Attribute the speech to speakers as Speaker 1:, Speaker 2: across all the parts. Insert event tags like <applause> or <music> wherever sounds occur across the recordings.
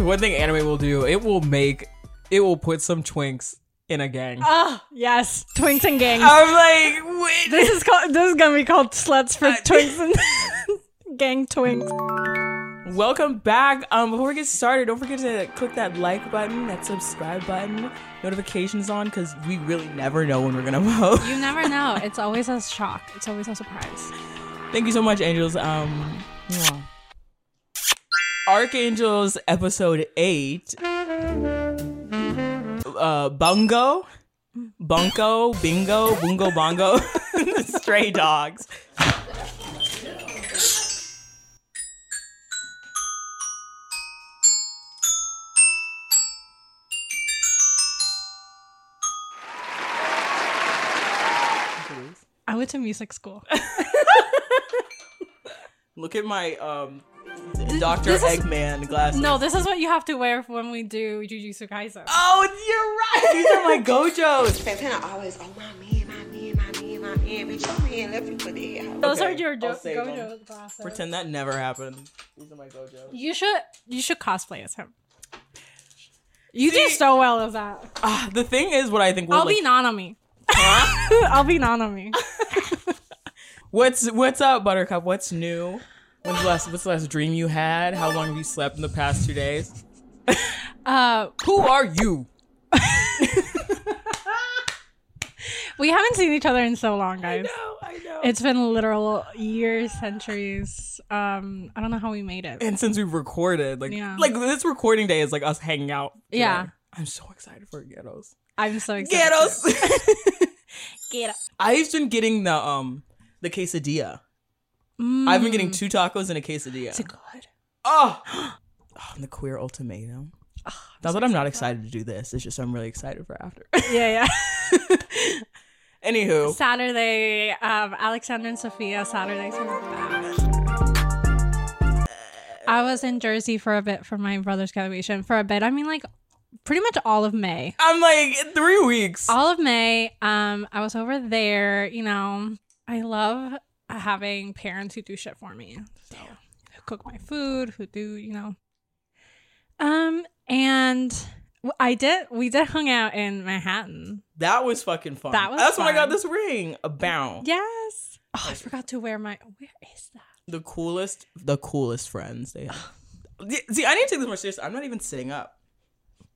Speaker 1: one thing anime will do, it will make, it will put some twinks in a gang.
Speaker 2: Ah, yes, twinks and gangs.
Speaker 1: <laughs> Oh. I'm like, wait.
Speaker 2: this is called. This is gonna be called sluts
Speaker 1: Uh,
Speaker 2: for twinks and <laughs> gang twinks.
Speaker 1: Welcome back. Um, before we get started, don't forget to click that like button, that subscribe button, notifications on, because we really never know when we're gonna <laughs> post.
Speaker 2: You never know. It's always a shock. It's always a surprise.
Speaker 1: Thank you so much, angels. Um, mwah. Archangels episode eight. Uh, bungo, bunko, bingo, bungo, bongo, <laughs> stray dogs.
Speaker 2: I went to music school.
Speaker 1: Look at my um, Doctor
Speaker 2: this is-
Speaker 1: Eggman glasses.
Speaker 2: <laughs> No, this is what you have to wear when we do Jujutsu Kaisen.
Speaker 1: Oh, you're right. These are my gojos.
Speaker 2: <laughs>
Speaker 3: Santana always, oh my man, my man, my man, my man, bitch, your man left you for the hell.
Speaker 2: Those
Speaker 1: okay,
Speaker 2: are your jo-
Speaker 1: I'll save them.
Speaker 2: Gojo glasses.
Speaker 1: Pretend that never happened. These are my gojos.
Speaker 2: You should you should cosplay as him. You do so well as that.
Speaker 1: Ah, the thing is, what I think. Will,
Speaker 2: I'll
Speaker 1: like,
Speaker 2: be Nanami. <laughs> I'll
Speaker 1: <laughs>
Speaker 2: be Nanami.
Speaker 1: What's what's up, Buttercup? What's new? When's the last what's the last dream you had? How long have you slept in the past two days?
Speaker 2: Uh,
Speaker 1: Who are you?
Speaker 2: we haven't seen each other in so long, guys.
Speaker 1: No, I know.
Speaker 2: It's been literal years, centuries. Um, I don't know how we made it.
Speaker 1: and since we've recorded, like
Speaker 2: Yeah.
Speaker 1: like this recording day is like us hanging out. today.
Speaker 2: Yeah.
Speaker 1: I'm so excited for ghettos.
Speaker 2: I'm so excited.
Speaker 1: Ghettos.
Speaker 2: Get
Speaker 1: I've been getting the um the quesadilla. I've been getting two tacos and a quesadilla.
Speaker 2: Is it good?
Speaker 1: Oh, <gasps> oh and the queer ultimatum. Not that I'm not excited to do this. It's just I'm really excited for after. <laughs>
Speaker 2: Yeah, <laughs> yeah.
Speaker 1: Anywho,
Speaker 2: Saturday, um, Alexander and Sophia. Saturdays are back. I was in Jersey for a bit for my brother's graduation. For a bit, I mean, like pretty much all of May.
Speaker 1: I'm like three weeks.
Speaker 2: all of May. Um, I was over there. You know, I love having parents who do shit for me. So, who cook my food, who do you know? Um, and w- I did. We did hung out in Manhattan.
Speaker 1: That was fucking fun.
Speaker 2: That was
Speaker 1: That's when I got
Speaker 2: fun.
Speaker 1: this ring. A bound.
Speaker 2: Yes. Oh, I forgot to wear my. Where is that?
Speaker 1: The coolest, the coolest friends they have. <laughs> See, I need to take this more seriously. I'm not even sitting up.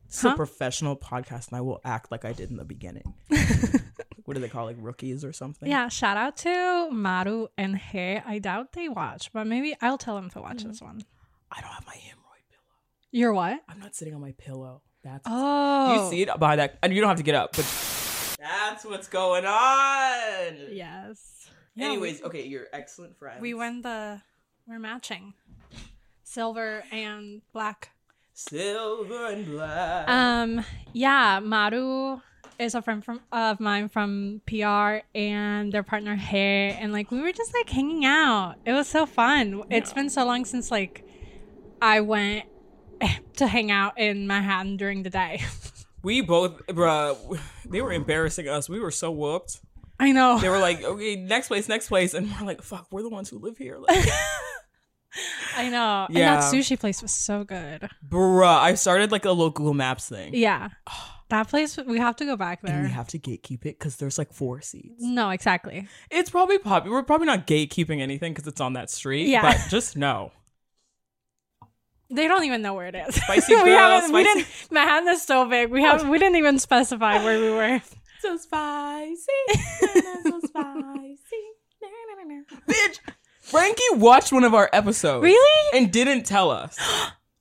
Speaker 1: It's a
Speaker 2: Huh?
Speaker 1: professional podcast, and I will act like I did in the <laughs> beginning. what do they call like rookies or something?
Speaker 2: Yeah. Shout out to Maru and Hey. I doubt they watch, but maybe I'll tell them to watch this one.
Speaker 1: I don't have my hemorrhoid pillow.
Speaker 2: You're what?
Speaker 1: I'm not sitting on my pillow. That's
Speaker 2: Oh.
Speaker 1: Do you see it behind that? And you don't have to get up, but that's what's going on.
Speaker 2: Yes. Yeah, we-
Speaker 1: Anyways, okay, you're excellent friends.
Speaker 2: We went the we're matching. Silver and black.
Speaker 1: silver and black.
Speaker 2: Um yeah, Maru is a friend from of mine from PR and their partner Hair and like we were just like hanging out. It was so fun. It's been so long since like I went <laughs> to hang out in Manhattan during the day. <laughs>
Speaker 1: we both, bruh, <laughs> they were embarrassing us. We were so whooped.
Speaker 2: I know.
Speaker 1: They were like, okay, next place, next place, and we're like, fuck, we're the ones who live here. Like, <laughs>
Speaker 2: I know.
Speaker 1: Yeah.
Speaker 2: And that sushi place was so good.
Speaker 1: bruh, I started like a little Google Maps thing.
Speaker 2: <sighs> Yeah. That place we have to go back
Speaker 1: And we
Speaker 2: there.
Speaker 1: have to gatekeep it because there's like four seats.
Speaker 2: No, exactly.
Speaker 1: It's probably popular. We're probably not gatekeeping anything because it's on that street.
Speaker 2: Yeah.
Speaker 1: But just
Speaker 2: <laughs>
Speaker 1: know.
Speaker 2: They don't even know where it is.
Speaker 1: Spicy
Speaker 2: <laughs> we
Speaker 1: girl,
Speaker 2: haven't. We
Speaker 1: spicy-
Speaker 2: didn't. Manhattan is so big. We have. We didn't even specify where
Speaker 1: <laughs>
Speaker 2: we were.
Speaker 1: So spicy. so spicy. Bitch, Frankie watched one of our episodes.
Speaker 2: Really?
Speaker 1: And didn't tell us.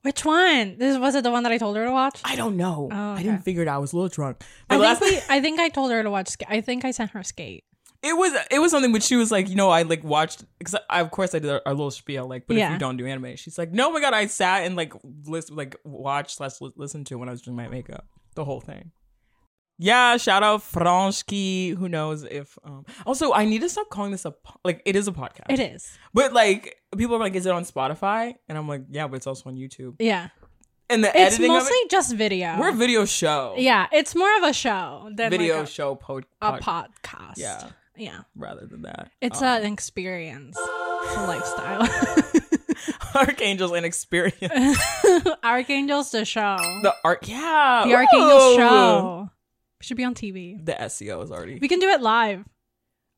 Speaker 2: Which one? This was it. The one that <gasps> I told her to watch.
Speaker 1: I don't know.
Speaker 2: Oh,
Speaker 1: I
Speaker 2: okay.
Speaker 1: didn't figure it out. I was a little drunk. But
Speaker 2: I
Speaker 1: last
Speaker 2: think we, I think I told her to watch. Sk- I think I sent her Skate.
Speaker 1: it was it was something which she was like, you know, I like watched because I, of course I did our, our little spiel like, but if
Speaker 2: Yeah.
Speaker 1: you don't do anime, she's like, no, oh my god, I sat and like list like watched slash li- listen to when I was doing my makeup, the whole thing. Yeah, shout out Franski. Who knows if um also I need to stop calling this a po- like it is a podcast.
Speaker 2: It is.
Speaker 1: But like people are like, is it on Spotify? And I'm like, yeah, but it's also on YouTube.
Speaker 2: Yeah.
Speaker 1: And the
Speaker 2: It's
Speaker 1: editing
Speaker 2: mostly
Speaker 1: of
Speaker 2: just video.
Speaker 1: it, we're a video show.
Speaker 2: yeah. It's more of a show than
Speaker 1: Video
Speaker 2: like
Speaker 1: show pod,
Speaker 2: a, a
Speaker 1: pod-
Speaker 2: podcast.
Speaker 1: Yeah.
Speaker 2: Yeah.
Speaker 1: rather than that.
Speaker 2: It's
Speaker 1: Um, <laughs>
Speaker 2: an experience, it's a lifestyle.
Speaker 1: Oh. Archangels and Experience.
Speaker 2: <laughs> Archangels the show. The,
Speaker 1: The arc, yeah,
Speaker 2: Archangels
Speaker 1: ooh.
Speaker 2: show. We should be on TV.
Speaker 1: The SEO is already.
Speaker 2: We can do it live.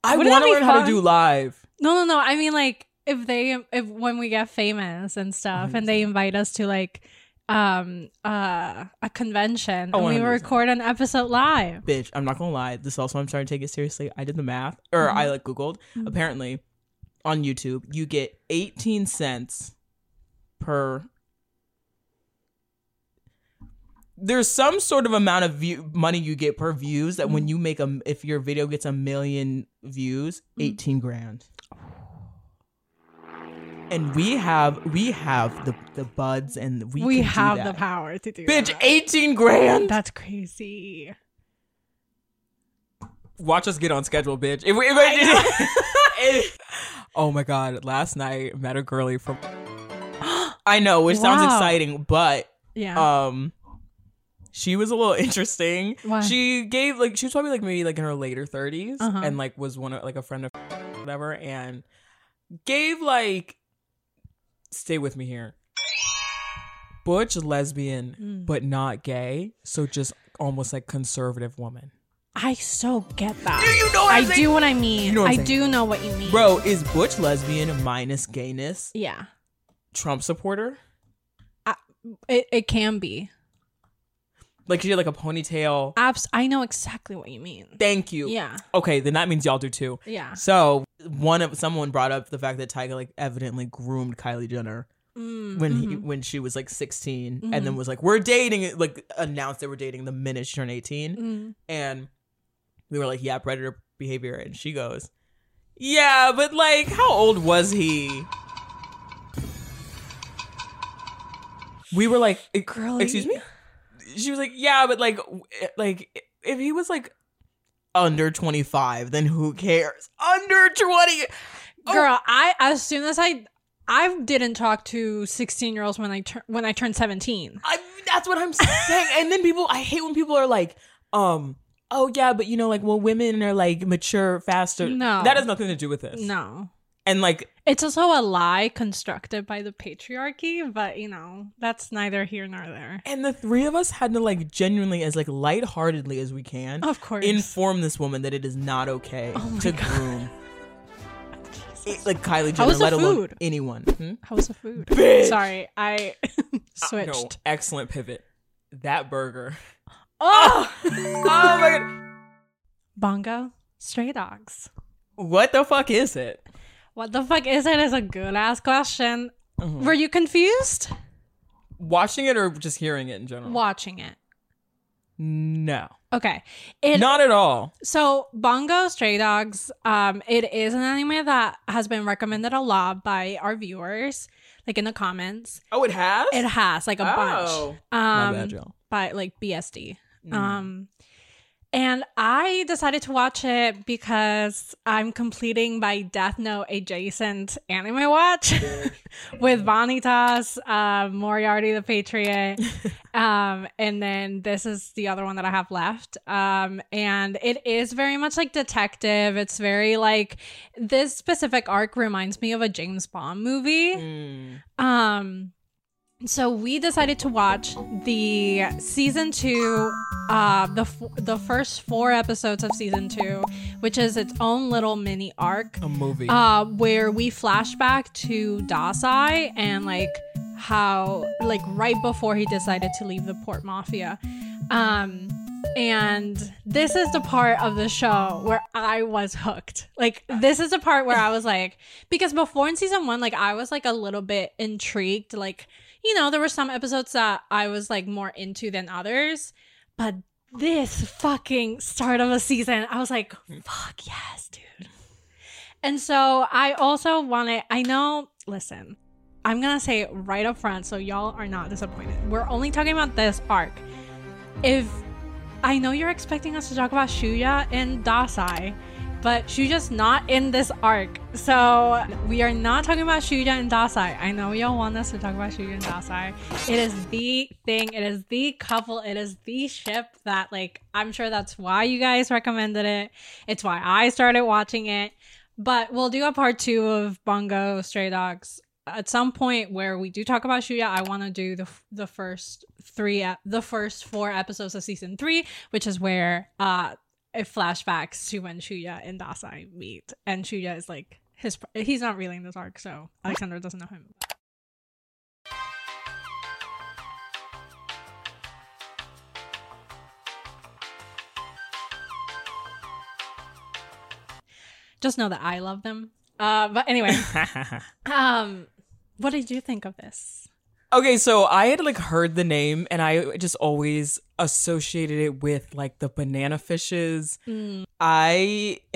Speaker 1: I
Speaker 2: wouldn't
Speaker 1: want
Speaker 2: that
Speaker 1: to
Speaker 2: be
Speaker 1: learn how to
Speaker 2: fun?
Speaker 1: do live.
Speaker 2: No, no, no. I mean, like if they if when we get famous and stuff, and they invite us to like um uh a convention,
Speaker 1: Oh,
Speaker 2: and we
Speaker 1: 100%.
Speaker 2: record an episode live.
Speaker 1: Bitch, I'm not gonna lie. This also, I'm trying to take it seriously. I did the math, or I
Speaker 2: Mm-hmm.
Speaker 1: like Googled. Apparently, on YouTube, you get 18 cents per. There's some sort of amount of view money you get per views that
Speaker 2: Mm-hmm.
Speaker 1: when you make a if your video gets a million views,
Speaker 2: Mm-hmm.
Speaker 1: 18 grand. And we have we have the the buds and we
Speaker 2: We,
Speaker 1: can do
Speaker 2: have the
Speaker 1: that.
Speaker 2: power to do.
Speaker 1: Bitch,
Speaker 2: that.
Speaker 1: 18 grand.
Speaker 2: That's crazy.
Speaker 1: watch us get on schedule, bitch. If we, if I
Speaker 2: <laughs>
Speaker 1: if- <laughs> oh my god, last night met a girly from. <gasps> I know, which sounds
Speaker 2: Wow.
Speaker 1: exciting, but
Speaker 2: Yeah.
Speaker 1: um, she was a little <laughs> interesting.
Speaker 2: Why?
Speaker 1: She gave like she was probably like maybe like in her later 30s
Speaker 2: Uh-huh.
Speaker 1: and like was one of like a friend of <laughs> whatever and gave like stay with me here. Butch lesbian,
Speaker 2: Mm.
Speaker 1: but not gay, so just almost like conservative woman.
Speaker 2: I so get that.
Speaker 1: Do you know what
Speaker 2: I
Speaker 1: I'm saying?
Speaker 2: do what I mean.
Speaker 1: You know what
Speaker 2: I
Speaker 1: I'm saying.
Speaker 2: do know what you mean.
Speaker 1: Bro, is Butch lesbian minus gayness
Speaker 2: Yeah.
Speaker 1: Trump supporter?
Speaker 2: It, it can be.
Speaker 1: Like she had like a ponytail.
Speaker 2: Abs- I know exactly what you mean.
Speaker 1: Thank you.
Speaker 2: Yeah.
Speaker 1: Okay, then that means y'all do too.
Speaker 2: Yeah.
Speaker 1: So one of someone brought up the fact that Tyga like evidently groomed Kylie Jenner
Speaker 2: Mm,
Speaker 1: when he
Speaker 2: mhm.
Speaker 1: when she was like 16
Speaker 2: Mhm.
Speaker 1: and then was like, We're dating like announced they were dating the minute she turned 18.
Speaker 2: Mm.
Speaker 1: And we were like, Yeah, predator behavior and she goes, Yeah, but like how old was he? We were like,
Speaker 2: Girly.
Speaker 1: excuse me she was like yeah but like w- eh, like if he was like under 25 then who cares under 20 Oh.
Speaker 2: girl i as soon as i i didn't talk to 16 year olds when i tur- when i turned 17
Speaker 1: I, that's what i'm
Speaker 2: <laughs>
Speaker 1: saying and then people i hate when people are like um oh yeah but you know like well women are like mature faster
Speaker 2: No.
Speaker 1: that has nothing to do with this
Speaker 2: no
Speaker 1: and like
Speaker 2: it's also a lie constructed by the patriarchy but you know that's neither here nor there
Speaker 1: and the three of us had to like genuinely as like lightheartedly as we can
Speaker 2: of course Oh
Speaker 1: inform this woman that it is not okay
Speaker 2: my
Speaker 1: to
Speaker 2: God. <laughs>
Speaker 1: groom like Kylie
Speaker 2: How
Speaker 1: Jenner
Speaker 2: was the
Speaker 1: let alone
Speaker 2: food?
Speaker 1: anyone Hmm?
Speaker 2: how was the food
Speaker 1: Bitch.
Speaker 2: sorry <laughs> i
Speaker 1: Uh,
Speaker 2: switched
Speaker 1: no, excellent pivot. That burger. <laughs>
Speaker 2: oh
Speaker 1: Oh my god.
Speaker 2: bongo stray dogs
Speaker 1: What the fuck is it?
Speaker 2: what the fuck is it is a good ass question were you confused
Speaker 1: Watching it or just hearing it in general?
Speaker 2: watching it
Speaker 1: No.
Speaker 2: okay it
Speaker 1: Not at all.
Speaker 2: So Bongo Stray Dogs, um, it is an anime that has been recommended a lot by our viewers, like in the comments.
Speaker 1: Oh, it has?
Speaker 2: It has like a
Speaker 1: Oh.
Speaker 2: bunch. Um
Speaker 1: My bad, y'all.
Speaker 2: by like BSD. Um and I decided to watch it because I'm completing my Death Note adjacent anime watch <laughs> with Vanitas, uh, Moriarty the Patriot, um, and then this is the other one that I have left. Um, and it is very much like detective. It's very like this specific arc reminds me of a James Bond movie.
Speaker 1: Mm.
Speaker 2: Um, so we decided to watch the season two, uh, the f- the first four episodes of season two, which is its own little mini arc,
Speaker 1: A movie.
Speaker 2: uh, where we flash back to Dasai and like how like right before he decided to leave the port mafia. Um, and this is the part of the show where I was hooked. Like this is the part where I was like, because before in season one, like I was like a little bit intrigued. Like you know, there were some episodes that I was like more into than others, but this fucking start of a season, I was like, fuck yes, dude. And so I also wanted. I know. Listen, I'm gonna say it right up front, so y'all are not disappointed. We're only talking about this arc. If I know you're expecting us to talk about Shuya and Dasai, but Shuya's not in this arc. So we are not talking about Shuya and Dasai. I know y'all want us to talk about Shuya and Dasai. It is the thing, it is the couple, it is the ship that, like, I'm sure that's why you guys recommended it. It's why I started watching it. But we'll do a part two of Bongo Stray Dogs at some point where we do talk about Shuya, I want to do the f- the first three ep- the first four episodes of season three, which is where uh it flashbacks to when Shuya and Dasai meet, and Shuya is like his pr- he's not really in this arc, so Alexander doesn't know him. Just know that I love them. Uh, but anyway. <laughs>
Speaker 1: <laughs>
Speaker 2: Um, what did you think of this?
Speaker 1: Okay, so I had like heard the name and I just always associated it with like the banana fishes.
Speaker 2: Mm.
Speaker 1: I <laughs>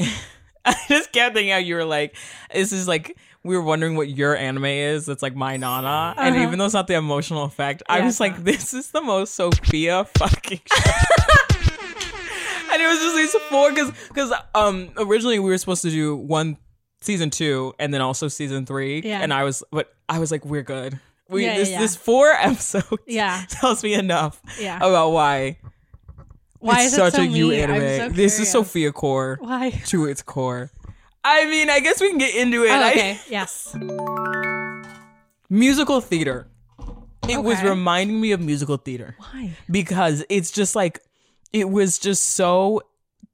Speaker 1: I just kept thinking how you were like, this is like we were wondering what your anime is. It's like my Nana. And
Speaker 2: Uh-huh.
Speaker 1: even though it's not the emotional effect, I
Speaker 2: Yeah,
Speaker 1: was
Speaker 2: it's
Speaker 1: like,
Speaker 2: not.
Speaker 1: this is the most Sophia fucking
Speaker 2: <laughs>
Speaker 1: show. and it was just these four because because um originally we were supposed to do one season two and then also season three.
Speaker 2: Yeah.
Speaker 1: And I was but I was like, we're good. We
Speaker 2: Yeah,
Speaker 1: this
Speaker 2: yeah, yeah.
Speaker 1: this four <laughs> episodes
Speaker 2: Yeah.
Speaker 1: tells me enough
Speaker 2: Yeah.
Speaker 1: about why
Speaker 2: Why
Speaker 1: it's
Speaker 2: is
Speaker 1: such
Speaker 2: it so
Speaker 1: a you
Speaker 2: mean? I'm
Speaker 1: anime.
Speaker 2: so
Speaker 1: this is
Speaker 2: curious.
Speaker 1: Sophia Core <laughs>
Speaker 2: Why?
Speaker 1: to its core. I mean, I guess we can get into it.
Speaker 2: Oh,
Speaker 1: I-
Speaker 2: okay.
Speaker 1: <laughs>
Speaker 2: Yes.
Speaker 1: musical theater. It was
Speaker 2: Okay.
Speaker 1: reminding me of musical theater
Speaker 2: Why?
Speaker 1: because it's just like it was just so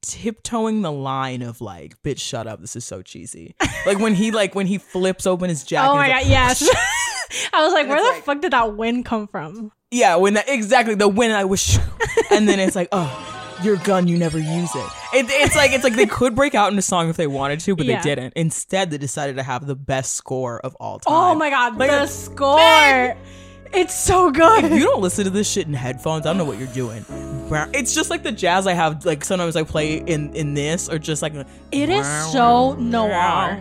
Speaker 1: tiptoeing the line of like, bitch, shut up. This is so cheesy. like when he like when he flips open his jacket.
Speaker 2: Oh my
Speaker 1: he's like,
Speaker 2: god. Yes. <laughs> I was like, where the fuck did that wind come from?
Speaker 1: Yeah, when that exactly the when I wish, <laughs> and then it's like, oh, your gun, you never use it. it. It's like it's like they could break out into song if they wanted to, but
Speaker 2: Yeah.
Speaker 1: they didn't. Instead, they decided to have the best score of all time.
Speaker 2: Oh my god. the score. It's so
Speaker 1: If
Speaker 2: good.
Speaker 1: you don't listen to this shit in headphones, I don't know what you're doing. It's just like the jazz I have. Like sometimes I play in in this, or just like
Speaker 2: It is so noir.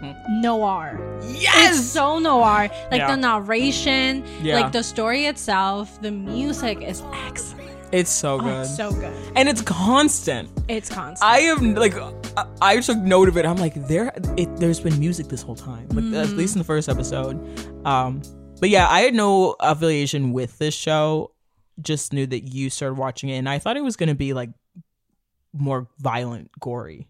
Speaker 2: Hmm. Noir.
Speaker 1: yes.
Speaker 2: It's so noir. Like
Speaker 1: Yeah.
Speaker 2: the narration,
Speaker 1: Yeah.
Speaker 2: like the story itself, the music is excellent.
Speaker 1: It's so
Speaker 2: Oh,
Speaker 1: good,
Speaker 2: it's so good.
Speaker 1: and it's constant.
Speaker 2: It's constant.
Speaker 1: I am like, I, I took note of it. I'm like, there, it, there's been music this whole time, like at least in the first episode. Um, but yeah, I had no affiliation with this show. Just knew that you started watching it, and I thought it was gonna be like more violent, gory.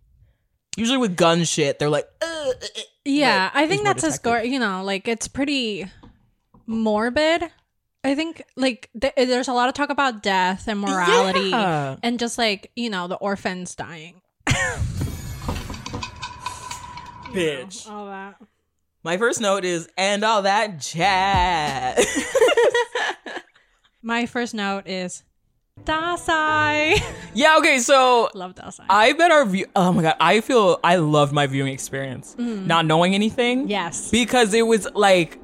Speaker 1: Usually with gun shit, they're like, "Ugh, eh, eh."
Speaker 2: Yeah,
Speaker 1: Right,
Speaker 2: I
Speaker 1: is
Speaker 2: think
Speaker 1: more
Speaker 2: that's his
Speaker 1: detective.
Speaker 2: gore. You know, like it's pretty morbid. I think like th- there's a lot of talk about death and morality
Speaker 1: Yeah.
Speaker 2: and just like you know the orphans dying.
Speaker 1: bitch.
Speaker 2: All that.
Speaker 1: My first note is, and all that jazz. <laughs>
Speaker 2: My first note is Dasai. <laughs>
Speaker 1: yeah. Okay. So
Speaker 2: Love Dasai.
Speaker 1: I bet our view. Oh my god, I feel I loved my viewing experience, not knowing anything.
Speaker 2: yes.
Speaker 1: because it was like,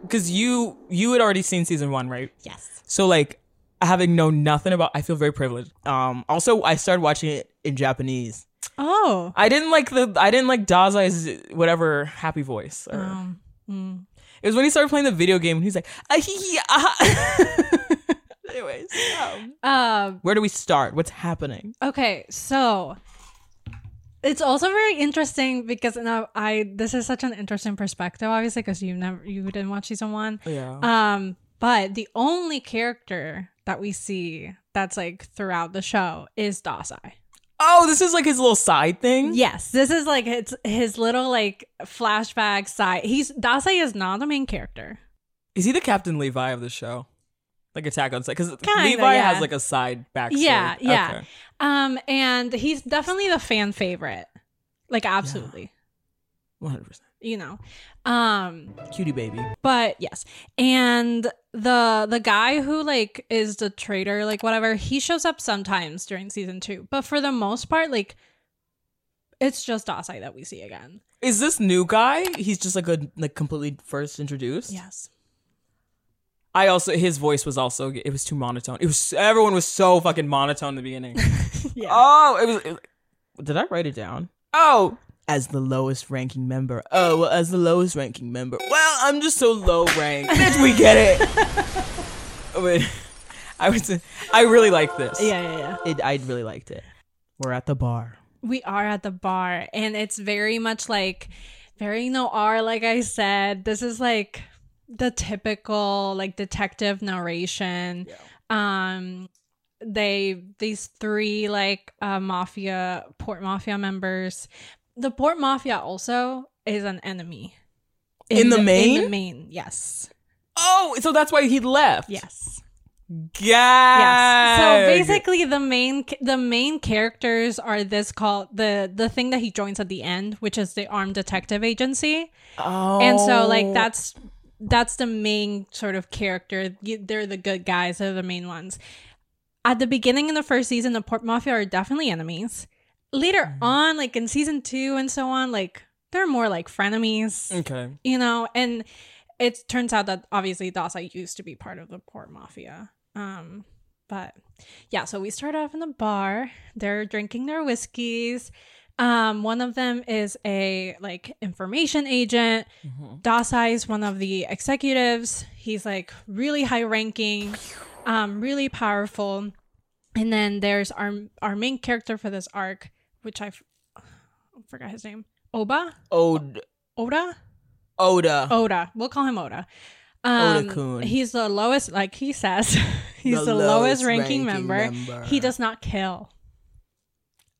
Speaker 1: because you you had already seen season one, right?
Speaker 2: yes.
Speaker 1: So like having known nothing about, I feel very privileged. Um, also I started watching it in Japanese.
Speaker 2: Oh.
Speaker 1: I didn't like the I didn't like Dazai's whatever happy voice. or-
Speaker 2: Um,
Speaker 1: hmm.
Speaker 2: mm.
Speaker 1: It was when he started playing the video game and he's like, ah, hee, hee, ah. <laughs> anyways, um,
Speaker 2: Um,
Speaker 1: where do we start? What's happening?
Speaker 2: Okay, so it's also very interesting because now I this is such an interesting perspective, obviously, because you never you didn't watch season one.
Speaker 1: Yeah.
Speaker 2: Um, but the only character that we see that's like throughout the show is Dasai.
Speaker 1: Oh, this is like his little side thing.
Speaker 2: Yes, this is like it's his little like flashback side. He's Dasai is not the main character.
Speaker 1: Is he the Captain Levi of the show? Like Attack on Titan? Because
Speaker 2: Kinda,
Speaker 1: Levi
Speaker 2: yeah.
Speaker 1: has like a side backstory.
Speaker 2: Yeah, yeah.
Speaker 1: Okay.
Speaker 2: Um, and he's definitely the fan favorite. Like absolutely.
Speaker 1: 100%.
Speaker 2: You know. Um
Speaker 1: Cutie baby.
Speaker 2: but yes and the the guy who like is the traitor like whatever he shows up sometimes during season two but for the most part like it's just Dasai that we see again
Speaker 1: Is this new guy? He's just like a like completely first introduced.
Speaker 2: yes
Speaker 1: I also his voice was also it was too monotone. It was everyone was so fucking monotone in the
Speaker 2: <laughs>
Speaker 1: beginning.
Speaker 2: <laughs> yeah
Speaker 1: oh, it was, it was- Did I write it down? Oh, as the lowest ranking member. Oh, well, as the lowest ranking member. Well, I'm just so low ranked. Bitch, we get
Speaker 2: <laughs>
Speaker 1: it. But I was I really liked this.
Speaker 2: yeah yeah yeah
Speaker 1: It, I really liked it. We're at the bar.
Speaker 2: we are at the bar and it's very much like very noir like i said this is like the typical like detective narration um they these three like uh mafia port mafia members the port mafia also is an enemy
Speaker 1: In the
Speaker 2: In the
Speaker 1: main?
Speaker 2: main, yes,
Speaker 1: Oh, so that's why he left.
Speaker 2: yes.
Speaker 1: Gag.
Speaker 2: So basically, the main the main characters are this called the the thing that he joins at the end, which is the armed detective agency,
Speaker 1: Oh.
Speaker 2: and so like that's that's the main sort of character. You- They're the good guys. They're the main ones. At the beginning in the first season, the Port Mafia are definitely enemies. Later on, like in season two and so on, like they're more like frenemies
Speaker 1: Okay.
Speaker 2: you know and it turns out that obviously dasa used to be part of the port mafia um but yeah so we start off in the bar they're drinking their whiskeys um one of them is a like information agent Dasai is one of the executives. He's like really high ranking, um, really powerful. And then there's our our main character for this arc, which I f- forgot his name. Oba?
Speaker 1: Od-
Speaker 2: Oda?
Speaker 1: Oda.
Speaker 2: Oda. We'll call him Oda. Um,
Speaker 1: Oda-kun.
Speaker 2: He's the lowest, like he says, <laughs> he's the,
Speaker 1: The
Speaker 2: lowest,
Speaker 1: lowest
Speaker 2: ranking,
Speaker 1: ranking
Speaker 2: member.
Speaker 1: member.
Speaker 2: He does not kill.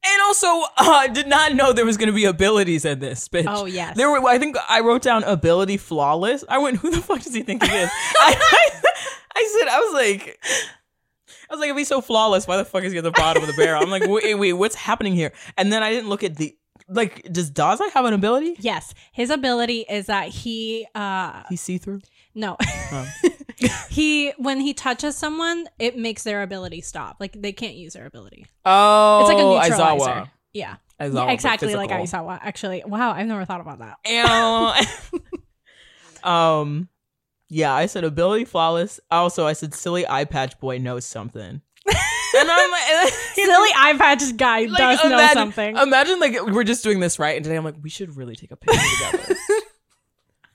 Speaker 1: And also, <laughs> uh, did not know there was going to be abilities in this, bitch.
Speaker 2: Oh, yes.
Speaker 1: There were. I think I wrote down ability flawless. I went, who the fuck does he think he
Speaker 2: <laughs>
Speaker 1: is? I, I, I said, I was like, I was like, if he's so flawless, why the fuck is he at the bottom of the barrel? I'm like, wait, wait, what's happening here? And then I didn't look at the like. Does Daza have an ability?
Speaker 2: Yes, his ability is that he, uh,
Speaker 1: He's see through.
Speaker 2: no, <laughs> he when he touches someone, it makes their ability stop. Like they can't use their ability.
Speaker 1: Oh,
Speaker 2: It's like a neutralizer.
Speaker 1: Aizawa.
Speaker 2: Yeah.
Speaker 1: Aizawa,
Speaker 2: yeah,
Speaker 1: but
Speaker 2: exactly like
Speaker 1: physical.
Speaker 2: Aizawa. Actually, wow, I've never thought about that.
Speaker 1: Ew. <laughs> um, yeah, I said ability flawless. Also, I said silly eye patch boy knows something.
Speaker 2: <laughs>
Speaker 1: and I'm like, <laughs>
Speaker 2: Silly eye patch guy
Speaker 1: like,
Speaker 2: does know
Speaker 1: imagine-
Speaker 2: something.
Speaker 1: Imagine like we're just doing this right, and today I'm like, we should really take a
Speaker 2: <laughs>
Speaker 1: picture together.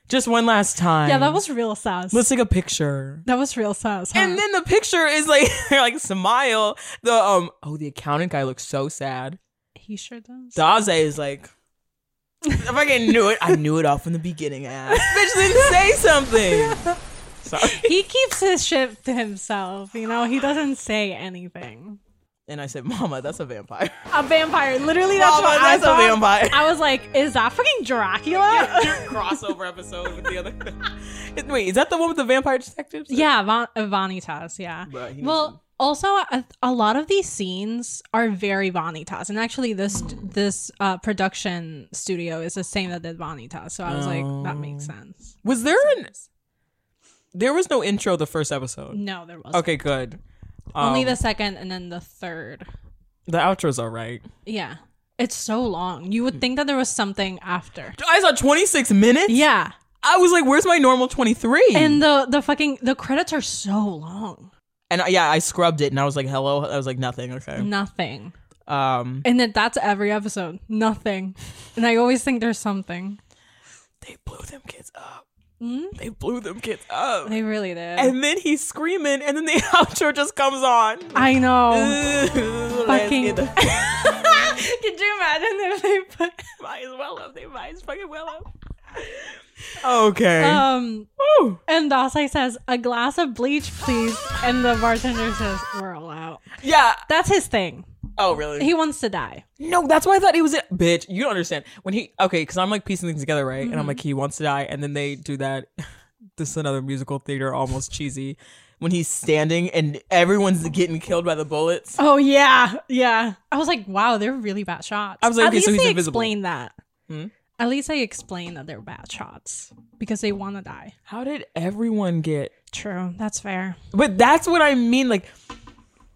Speaker 1: just one last time.
Speaker 2: yeah, that was real sus.
Speaker 1: Let's take a picture.
Speaker 2: that was real sus. Huh?
Speaker 1: And then the picture is like, <laughs> like smile. The um, oh, the accountant guy looks so sad.
Speaker 2: he sure does.
Speaker 1: Daze is like, if I can knew it, I knew it all from the beginning. Ass <laughs> bitch didn't say something. <laughs> Sorry.
Speaker 2: he keeps his shit to himself. You know, he doesn't say anything.
Speaker 1: And I said, Mama, that's a vampire. <laughs>
Speaker 2: A vampire, literally. That's
Speaker 1: Mama,
Speaker 2: what I
Speaker 1: that's a
Speaker 2: thought.
Speaker 1: vampire.
Speaker 2: I was like, is that
Speaker 1: <laughs>
Speaker 2: fucking Dracula?
Speaker 1: crossover episode with the other. <laughs> Wait, is that the one with the vampire detectives?
Speaker 2: <laughs> yeah, Von- uh, Vanitas. Yeah.
Speaker 1: Bruh, he knows
Speaker 2: Well, also a, a lot of these scenes are very Vanitas, and actually this this uh, production studio is the same that did Vanitas. So I was like, that makes
Speaker 1: Oh.
Speaker 2: sense.
Speaker 1: Was there an? There was no intro the first episode.
Speaker 2: No, there wasn't.
Speaker 1: Okay, good.
Speaker 2: Only
Speaker 1: Um,
Speaker 2: the second and then the third.
Speaker 1: the outro's all right.
Speaker 2: Yeah. It's so long. You
Speaker 1: Hmm.
Speaker 2: would think that there was something after.
Speaker 1: I saw 26 minutes.
Speaker 2: Yeah.
Speaker 1: I was like, "Where's my normal 23?"
Speaker 2: And the the fucking the credits are so long.
Speaker 1: and I- yeah, I scrubbed it, and I was like, "Hello." I was like, "Nothing." Okay.
Speaker 2: Nothing.
Speaker 1: Um,
Speaker 2: And then that's every episode. Nothing. And I always think there's something.
Speaker 1: they blew them kids up. They blew them kids up.
Speaker 2: Hmm? They really did.
Speaker 1: And then he's screaming, and then the <laughs> outro just comes on.
Speaker 2: I
Speaker 1: <laughs>
Speaker 2: know. Fucking-
Speaker 1: Fucking.
Speaker 2: <laughs> Could you imagine if they put
Speaker 1: Might as well up. They might as fucking well up. <laughs> Okay.
Speaker 2: um
Speaker 1: Woo.
Speaker 2: and Dasai says, a glass of bleach, please. And the bartender says, We're all out.
Speaker 1: Yeah.
Speaker 2: That's his thing.
Speaker 1: Oh, really?
Speaker 2: He wants to die.
Speaker 1: no, that's why I thought he was a <laughs> bitch. You don't understand when he okay because I'm like piecing things together, right? And I'm
Speaker 2: Mm-hmm.
Speaker 1: like he wants to die, and then they do that. <laughs> this is another musical theater, almost cheesy. When he's standing and everyone's getting killed by the
Speaker 2: <laughs>
Speaker 1: bullets.
Speaker 2: Oh yeah, yeah. I was like, wow, they're really bad shots.
Speaker 1: I was like,
Speaker 2: at
Speaker 1: okay,
Speaker 2: least
Speaker 1: so he's
Speaker 2: they
Speaker 1: invisible. Hmm?
Speaker 2: explain that. At least they explain that they're bad shots because they want to die.
Speaker 1: How did everyone get?
Speaker 2: True, that's fair.
Speaker 1: But that's what I mean. Like,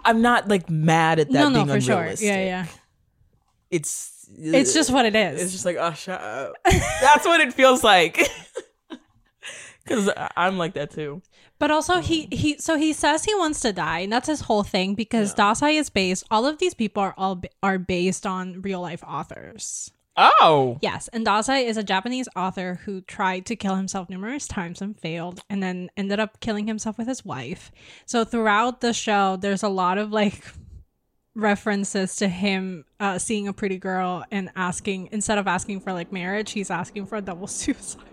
Speaker 1: I'm not like mad at that
Speaker 2: no, no,
Speaker 1: being
Speaker 2: for sure.
Speaker 1: unrealistic.
Speaker 2: Yeah, yeah.
Speaker 1: It's
Speaker 2: It's just what it
Speaker 1: It's
Speaker 2: is.
Speaker 1: just like, oh, shut up. <laughs> That's what it feels like. <laughs> Because I'm like that too.
Speaker 2: But also, he he. So he says he wants to die, and that's his whole thing because Dasai is based. All of these people are all ba- are based on real life authors.
Speaker 1: Oh.
Speaker 2: Yes, and Dazai is a Japanese author who tried to kill himself numerous times and failed, and then ended up killing himself with his wife. So throughout the show, there's a lot of like references to him uh, seeing a pretty girl and asking instead of asking for like marriage, he's asking for a double <laughs> suicide.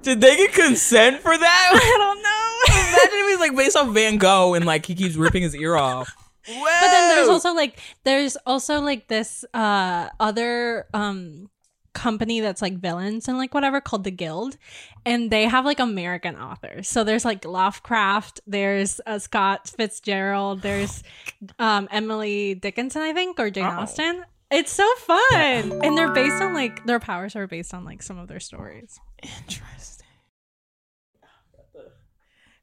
Speaker 1: Did they get consent for that?
Speaker 2: <laughs> I don't know.
Speaker 1: <laughs> Imagine if he's like based off Van Gogh and like he keeps ripping his ear
Speaker 2: <laughs>
Speaker 1: off.
Speaker 2: but then there's also like there's also like this uh other um company that's like villains and like whatever called the Guild, and they have like American authors. So there's like Lovecraft, there's uh, Scott
Speaker 1: <laughs>
Speaker 2: Fitzgerald, there's um, Emily Dickinson, I think, or Jane
Speaker 1: Oh.
Speaker 2: Austen. It's so fun, and they're based on like their powers are based on like some of their stories.
Speaker 1: Interesting.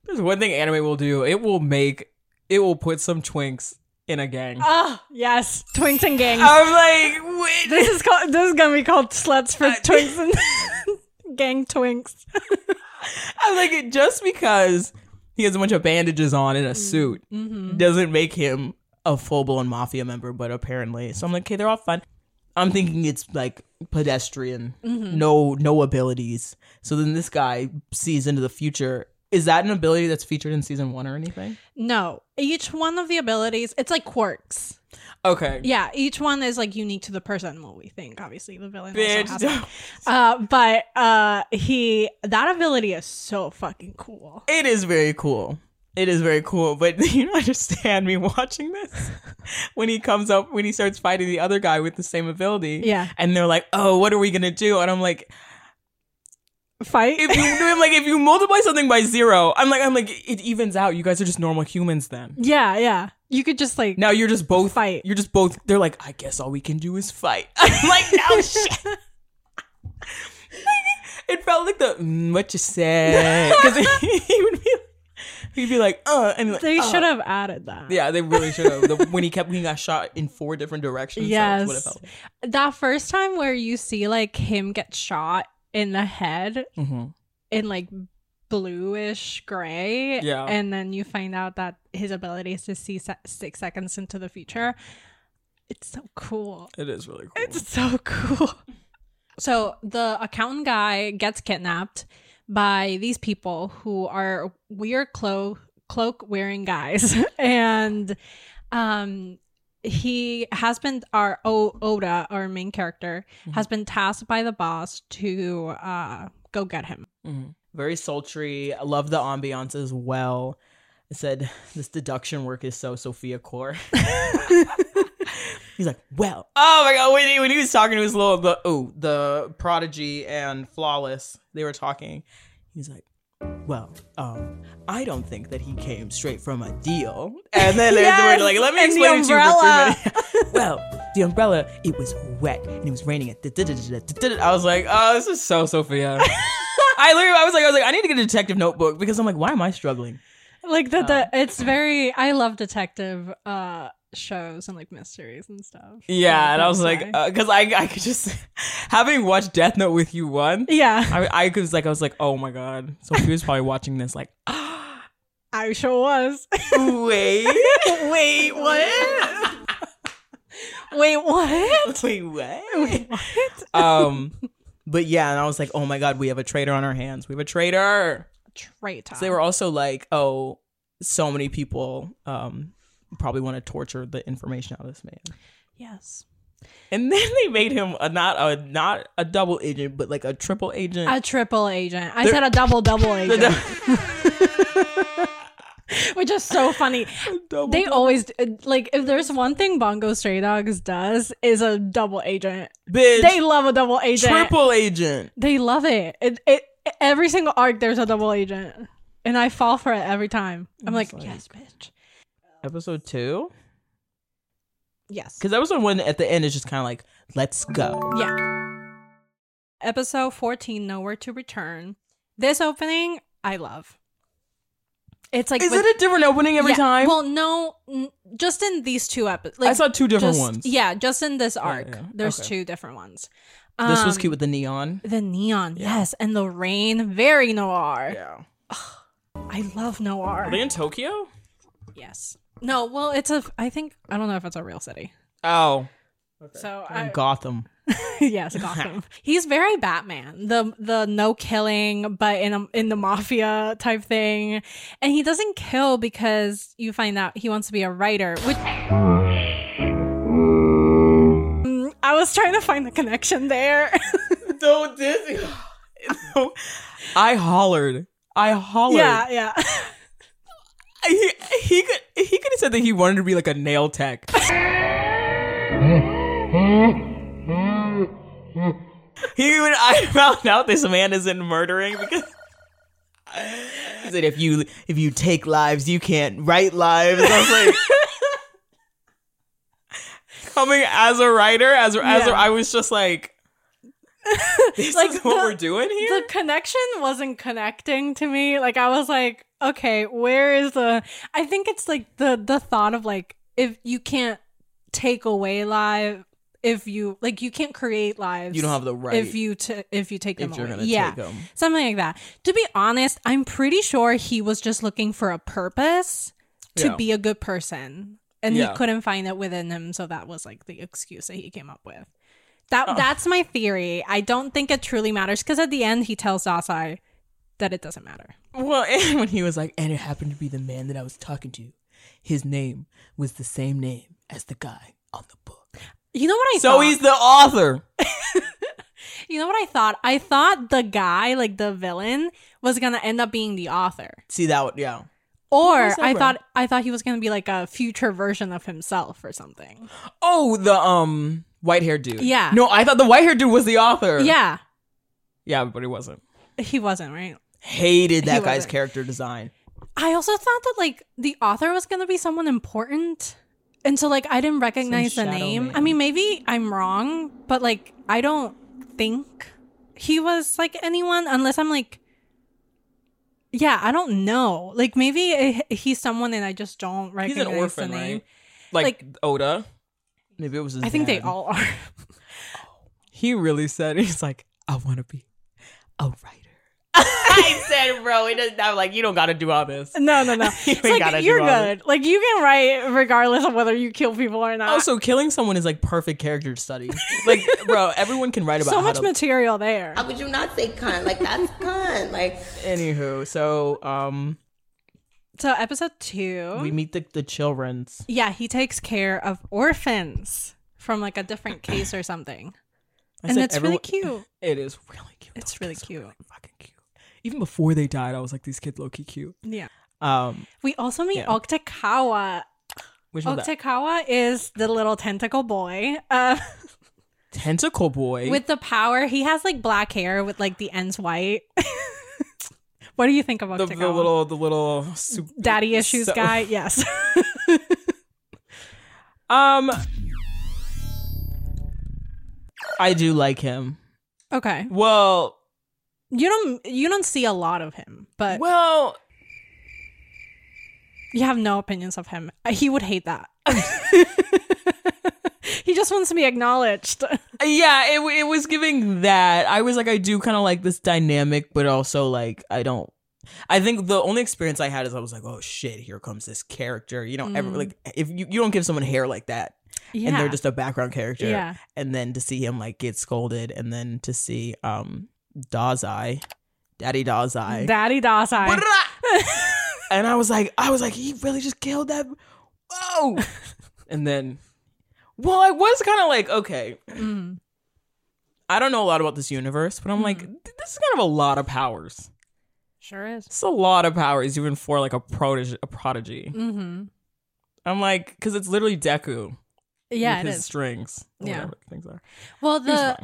Speaker 1: There's one thing anime will do. It will make it will put some twinks in a gang.
Speaker 2: Oh yes, Twinks and Gangs.
Speaker 1: I'm like, Ah! Oh, wait. Uh,
Speaker 2: This is called. This is gonna be called sluts for twinks and <laughs> gang twinks.
Speaker 1: I'm like, just because he has a bunch of bandages on and a suit doesn't make him a full blown mafia member, but apparently. So I'm like, okay, they're all fun. I'm thinking it's like pedestrian, no no abilities. So then this guy sees into the future. Is that an ability that's featured in season one or anything?
Speaker 2: No, each one of the abilities, it's like quirks.
Speaker 1: Okay.
Speaker 2: Yeah, each one is like unique to the person. Well, we think obviously the villain.
Speaker 1: Bitch,
Speaker 2: Also has that.
Speaker 1: don't-
Speaker 2: uh, but uh, he that ability is so fucking cool.
Speaker 1: It is very cool. It is very cool, but <laughs> you don't understand me watching this. when he comes up, when he starts fighting the other guy with the same ability,
Speaker 2: Yeah.
Speaker 1: and they're like, "Oh, what are we gonna do?" And I'm like,
Speaker 2: Fight.
Speaker 1: "If you, I'm like, if you multiply something by zero, I'm like, I'm like, it evens out. You guys are just normal humans then.
Speaker 2: yeah, yeah. You could just like
Speaker 1: Now you're just both
Speaker 2: Fight.
Speaker 1: You're just both. They're like, I guess all we can do is fight. <laughs> <laughs> I'm like, no shit. it felt like the mm, what you said because he, <laughs> he would be, he'd be like, uh, and like,
Speaker 2: <laughs> They
Speaker 1: uh.
Speaker 2: should have added that.
Speaker 1: Yeah, they really should have. The- when he kept when he got shot in four different directions. Yes.
Speaker 2: Yes. That first time where you see like him get shot in the head
Speaker 1: hmm
Speaker 2: in like bluish gray.
Speaker 1: Yeah.
Speaker 2: And then you find out that his ability is to see se- six seconds into the future. It's so cool.
Speaker 1: It is really cool.
Speaker 2: It's so cool. <laughs> So the accountant guy gets kidnapped by these people who are weird clo- cloak wearing guys. <laughs> and um he has been our o- Oda, our main character, has been tasked by the boss to uh go get him.
Speaker 1: Mhm. Very sultry. I love the ambiance as well. It said this deduction work is so Sophia <laughs> Core. He's like, well, oh my god, when he, when he was talking to his little the oh the prodigy and flawless, they were talking. He's like, well, um, I don't think that he came straight from a deal. And then
Speaker 2: Yes,
Speaker 1: they were like, let me
Speaker 2: and the
Speaker 1: explain it to
Speaker 2: umbrella.
Speaker 1: you for three minutes. <laughs> well, the umbrella, it was wet and it was raining. At I was like, oh, this is so <laughs> Sophia. I literally, I was like, I was like, I need to get a detective notebook because I'm like, why am I struggling?
Speaker 2: Like the,
Speaker 1: Um,
Speaker 2: the it's very I love detective uh shows and like mysteries and stuff.
Speaker 1: Yeah, and I was
Speaker 2: that's
Speaker 1: like, uh,
Speaker 2: why.
Speaker 1: because I, I could just, <laughs> having watched Death Note with you once,
Speaker 2: yeah.
Speaker 1: I, I was like, I was like, oh my god, Sophia was probably watching this. Like, <laughs>
Speaker 2: I sure was. <laughs>
Speaker 1: wait, <laughs> wait, what? <laughs>
Speaker 2: Wait,
Speaker 1: <laughs>
Speaker 2: what?
Speaker 1: wait, what? <laughs> um, but yeah, and I was like, oh my god, we have a traitor on our hands. We have a traitor.
Speaker 2: Traitor.
Speaker 1: So they were also like, oh, so many people, um, probably want to torture the information out of this man.
Speaker 2: yes.
Speaker 1: And then they made him a not a not a double agent, but like a triple agent.
Speaker 2: A triple agent. I
Speaker 1: They're-
Speaker 2: said a double double
Speaker 1: <laughs> The
Speaker 2: agent,
Speaker 1: dou-
Speaker 2: <laughs> which is so funny.
Speaker 1: <laughs> double-
Speaker 2: They always uh, like if there's one thing Bongo Stray Dogs does is a double agent.
Speaker 1: bitch,
Speaker 2: They love a double agent.
Speaker 1: triple agent.
Speaker 2: They love it. It, it. Every single arc there's a double agent, and I fall for it every time. I'm like,
Speaker 1: like-
Speaker 2: yes, bitch.
Speaker 1: Episode two,
Speaker 2: Yes.
Speaker 1: because episode one at the end is just kind of like, let's go.
Speaker 2: Yeah. Episode 14, Nowhere to Return. This opening, I love. It's like
Speaker 1: Is
Speaker 2: with-
Speaker 1: it a different opening every
Speaker 2: yeah,
Speaker 1: time?
Speaker 2: Well, no, n- just in these two episodes.
Speaker 1: I saw two different
Speaker 2: just,
Speaker 1: ones.
Speaker 2: Yeah, just in this arc,
Speaker 1: yeah.
Speaker 2: there's
Speaker 1: Okay.
Speaker 2: two different ones.
Speaker 1: this was
Speaker 2: Um,
Speaker 1: cute with the neon.
Speaker 2: The neon, yes, and the rain, very noir.
Speaker 1: Yeah,
Speaker 2: I love noir.
Speaker 1: are they in Tokyo?
Speaker 2: Yes. No, well, it's a. I think I don't know if it's a real city.
Speaker 1: Oh,
Speaker 2: So
Speaker 1: in
Speaker 2: I,
Speaker 1: <laughs> Gotham.
Speaker 2: <laughs> yes, Gotham. He's very Batman. The the no killing, but in a, in the mafia type thing, and he doesn't kill because you find out he wants to be a writer. Which Mm, I was trying to find the connection there. <laughs>
Speaker 1: So dizzy. I hollered. I hollered.
Speaker 2: yeah, yeah.
Speaker 1: he, he could he could have said that he wanted to be like a nail tech. Even I found out this man isn't murdering because. He said, if you if you take lives, you can't write lives. I was like, coming as a writer, as as a,
Speaker 2: Yeah.
Speaker 1: I was just
Speaker 2: <laughs>
Speaker 1: like, this
Speaker 2: Like
Speaker 1: is what
Speaker 2: the-
Speaker 1: we're doing here.
Speaker 2: the connection wasn't connecting to me. Like I was like, okay, where is the I think it's like the the thought of like if you can't take away live if you like you can't create lives.
Speaker 1: you don't have the right
Speaker 2: if you t- if you take them
Speaker 1: if you're
Speaker 2: away.
Speaker 1: gonna
Speaker 2: yeah.
Speaker 1: take them.
Speaker 2: Something like that. To be honest, I'm pretty sure he was just looking for a purpose to
Speaker 1: Yeah.
Speaker 2: be a good person. And
Speaker 1: Yeah.
Speaker 2: he couldn't find it within him, so that was like the excuse that he came up with. That that's my theory. I don't think it truly matters because at the end he tells Dasai that it doesn't matter.
Speaker 1: Well, <laughs> and when he was like, and it happened to be the man that I was talking to. His name was the same name as the guy on the
Speaker 2: <laughs>
Speaker 1: book.
Speaker 2: You know what I
Speaker 1: So
Speaker 2: thought?
Speaker 1: he's the author.
Speaker 2: you know what I thought? I thought the guy, like the villain, was gonna end up being the author.
Speaker 1: See that? one- Yeah.
Speaker 2: Or
Speaker 1: was that
Speaker 2: I
Speaker 1: wrong?
Speaker 2: thought I thought he was gonna be like a future version of himself or something.
Speaker 1: Oh, the um white haired dude.
Speaker 2: Yeah.
Speaker 1: No, I thought the white haired dude was the author.
Speaker 2: Yeah.
Speaker 1: Yeah, but he wasn't.
Speaker 2: He wasn't, right?
Speaker 1: Hated that
Speaker 2: He
Speaker 1: guy's
Speaker 2: wasn't.
Speaker 1: character design.
Speaker 2: I also thought that like the author was gonna be someone important. And so like I didn't recognize the
Speaker 1: shadow
Speaker 2: name.
Speaker 1: man.
Speaker 2: I mean maybe I'm wrong, but like I don't think he was like anyone unless I'm like yeah, I don't know. Like maybe eh, he's someone and I just don't
Speaker 1: He's
Speaker 2: recognize
Speaker 1: an orphan,
Speaker 2: the name.
Speaker 1: right? Like,
Speaker 2: Like-
Speaker 1: Oda. Maybe it was. His
Speaker 2: I think they
Speaker 1: dad.
Speaker 2: all are. <laughs>
Speaker 1: He really said he's like, I want to be a
Speaker 2: <laughs>
Speaker 1: writer. I said, bro, it doesn't. I'm like, you don't got to do all this.
Speaker 2: no, no, no.
Speaker 1: <laughs> You
Speaker 2: It's
Speaker 1: ain't gotta
Speaker 2: like
Speaker 1: do
Speaker 2: you're
Speaker 1: all
Speaker 2: good. Like you can write regardless of whether you kill people or not.
Speaker 1: Also, killing someone is like perfect character study. Like,
Speaker 2: <laughs>
Speaker 1: bro, everyone can write about
Speaker 2: so
Speaker 1: how
Speaker 2: much
Speaker 1: to-
Speaker 2: material there.
Speaker 3: How could you not say cunt? Like <laughs> that's cunt. Like
Speaker 1: Anywho, so um,
Speaker 2: So episode two.
Speaker 1: we meet the the childrens.
Speaker 2: Yeah, he takes care of orphans from like
Speaker 1: <clears throat>
Speaker 2: a different case or something.
Speaker 1: I
Speaker 2: and
Speaker 1: said
Speaker 2: it's
Speaker 1: everyone-
Speaker 2: really cute.
Speaker 1: <laughs> It is really cute.
Speaker 2: It's
Speaker 1: Those
Speaker 2: really
Speaker 1: kids are
Speaker 2: cute.
Speaker 1: fucking cute. Even before they died, I was like, these kids low key cute.
Speaker 2: Yeah.
Speaker 1: Um,
Speaker 2: We also meet
Speaker 1: Yeah.
Speaker 2: Octakawa.
Speaker 1: which was that
Speaker 2: Octakawa is the little tentacle boy.
Speaker 1: <laughs>
Speaker 2: Uh,
Speaker 1: tentacle boy?
Speaker 2: with the power, he has like black hair with like the ends white. <laughs> what do you think of
Speaker 1: the,
Speaker 2: Octakawa?
Speaker 1: the little the little sup-
Speaker 2: daddy
Speaker 1: <laughs>
Speaker 2: issues
Speaker 1: so-
Speaker 2: guy? Yes. <laughs>
Speaker 1: Um, I do like him.
Speaker 2: okay.
Speaker 1: Well,
Speaker 2: You don't you don't see a lot of him, but
Speaker 1: well,
Speaker 2: You have no opinions of him. Uh, He would hate <laughs> that. he just wants to be acknowledged.
Speaker 1: yeah. It w- it was giving that. I was like, I do kind of like this dynamic, but also like I don't. I think the only experience I had is I was like, oh shit, here comes this character. You don't ever
Speaker 2: Mm.
Speaker 1: like if you, you don't give someone hair like that,
Speaker 2: Yeah.
Speaker 1: and they're just a background character.
Speaker 2: yeah.
Speaker 1: and then to see him like get scolded and then to see um Dazai, Daddy Dazai.
Speaker 2: Daddy Dasai.
Speaker 1: <laughs> and I was like, I was like, he really just killed that. Whoa! <laughs> and then, well, I was kind of like, okay,
Speaker 2: Mm.
Speaker 1: I don't know a lot about this universe, but I'm like, th- this is kind of a lot of powers.
Speaker 2: Sure is.
Speaker 1: It's a lot of powers, even for like a protege, a prodigy.
Speaker 2: Mm-hmm.
Speaker 1: I'm like, because it's literally Deku.
Speaker 2: Yeah,
Speaker 1: with
Speaker 2: it
Speaker 1: his
Speaker 2: is.
Speaker 1: strings. or
Speaker 2: Yeah.
Speaker 1: whatever things are.
Speaker 2: Well,
Speaker 1: He was
Speaker 2: the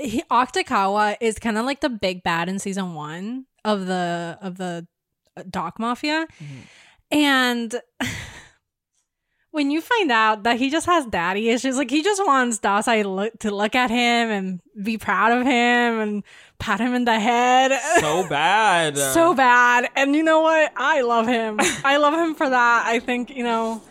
Speaker 1: fine.
Speaker 2: he, Octakawa is kind of like the big bad in season one of the of the uh, Doc Mafia,
Speaker 1: Mhm.
Speaker 2: and <laughs> when you find out that he just has daddy issues, like he just wants Dasai look, to look at him and be proud of him and pat him in the head.
Speaker 1: so bad.
Speaker 2: <laughs> so bad. And you know what? I
Speaker 1: <laughs>
Speaker 2: love him. I love him for that. I think, you know,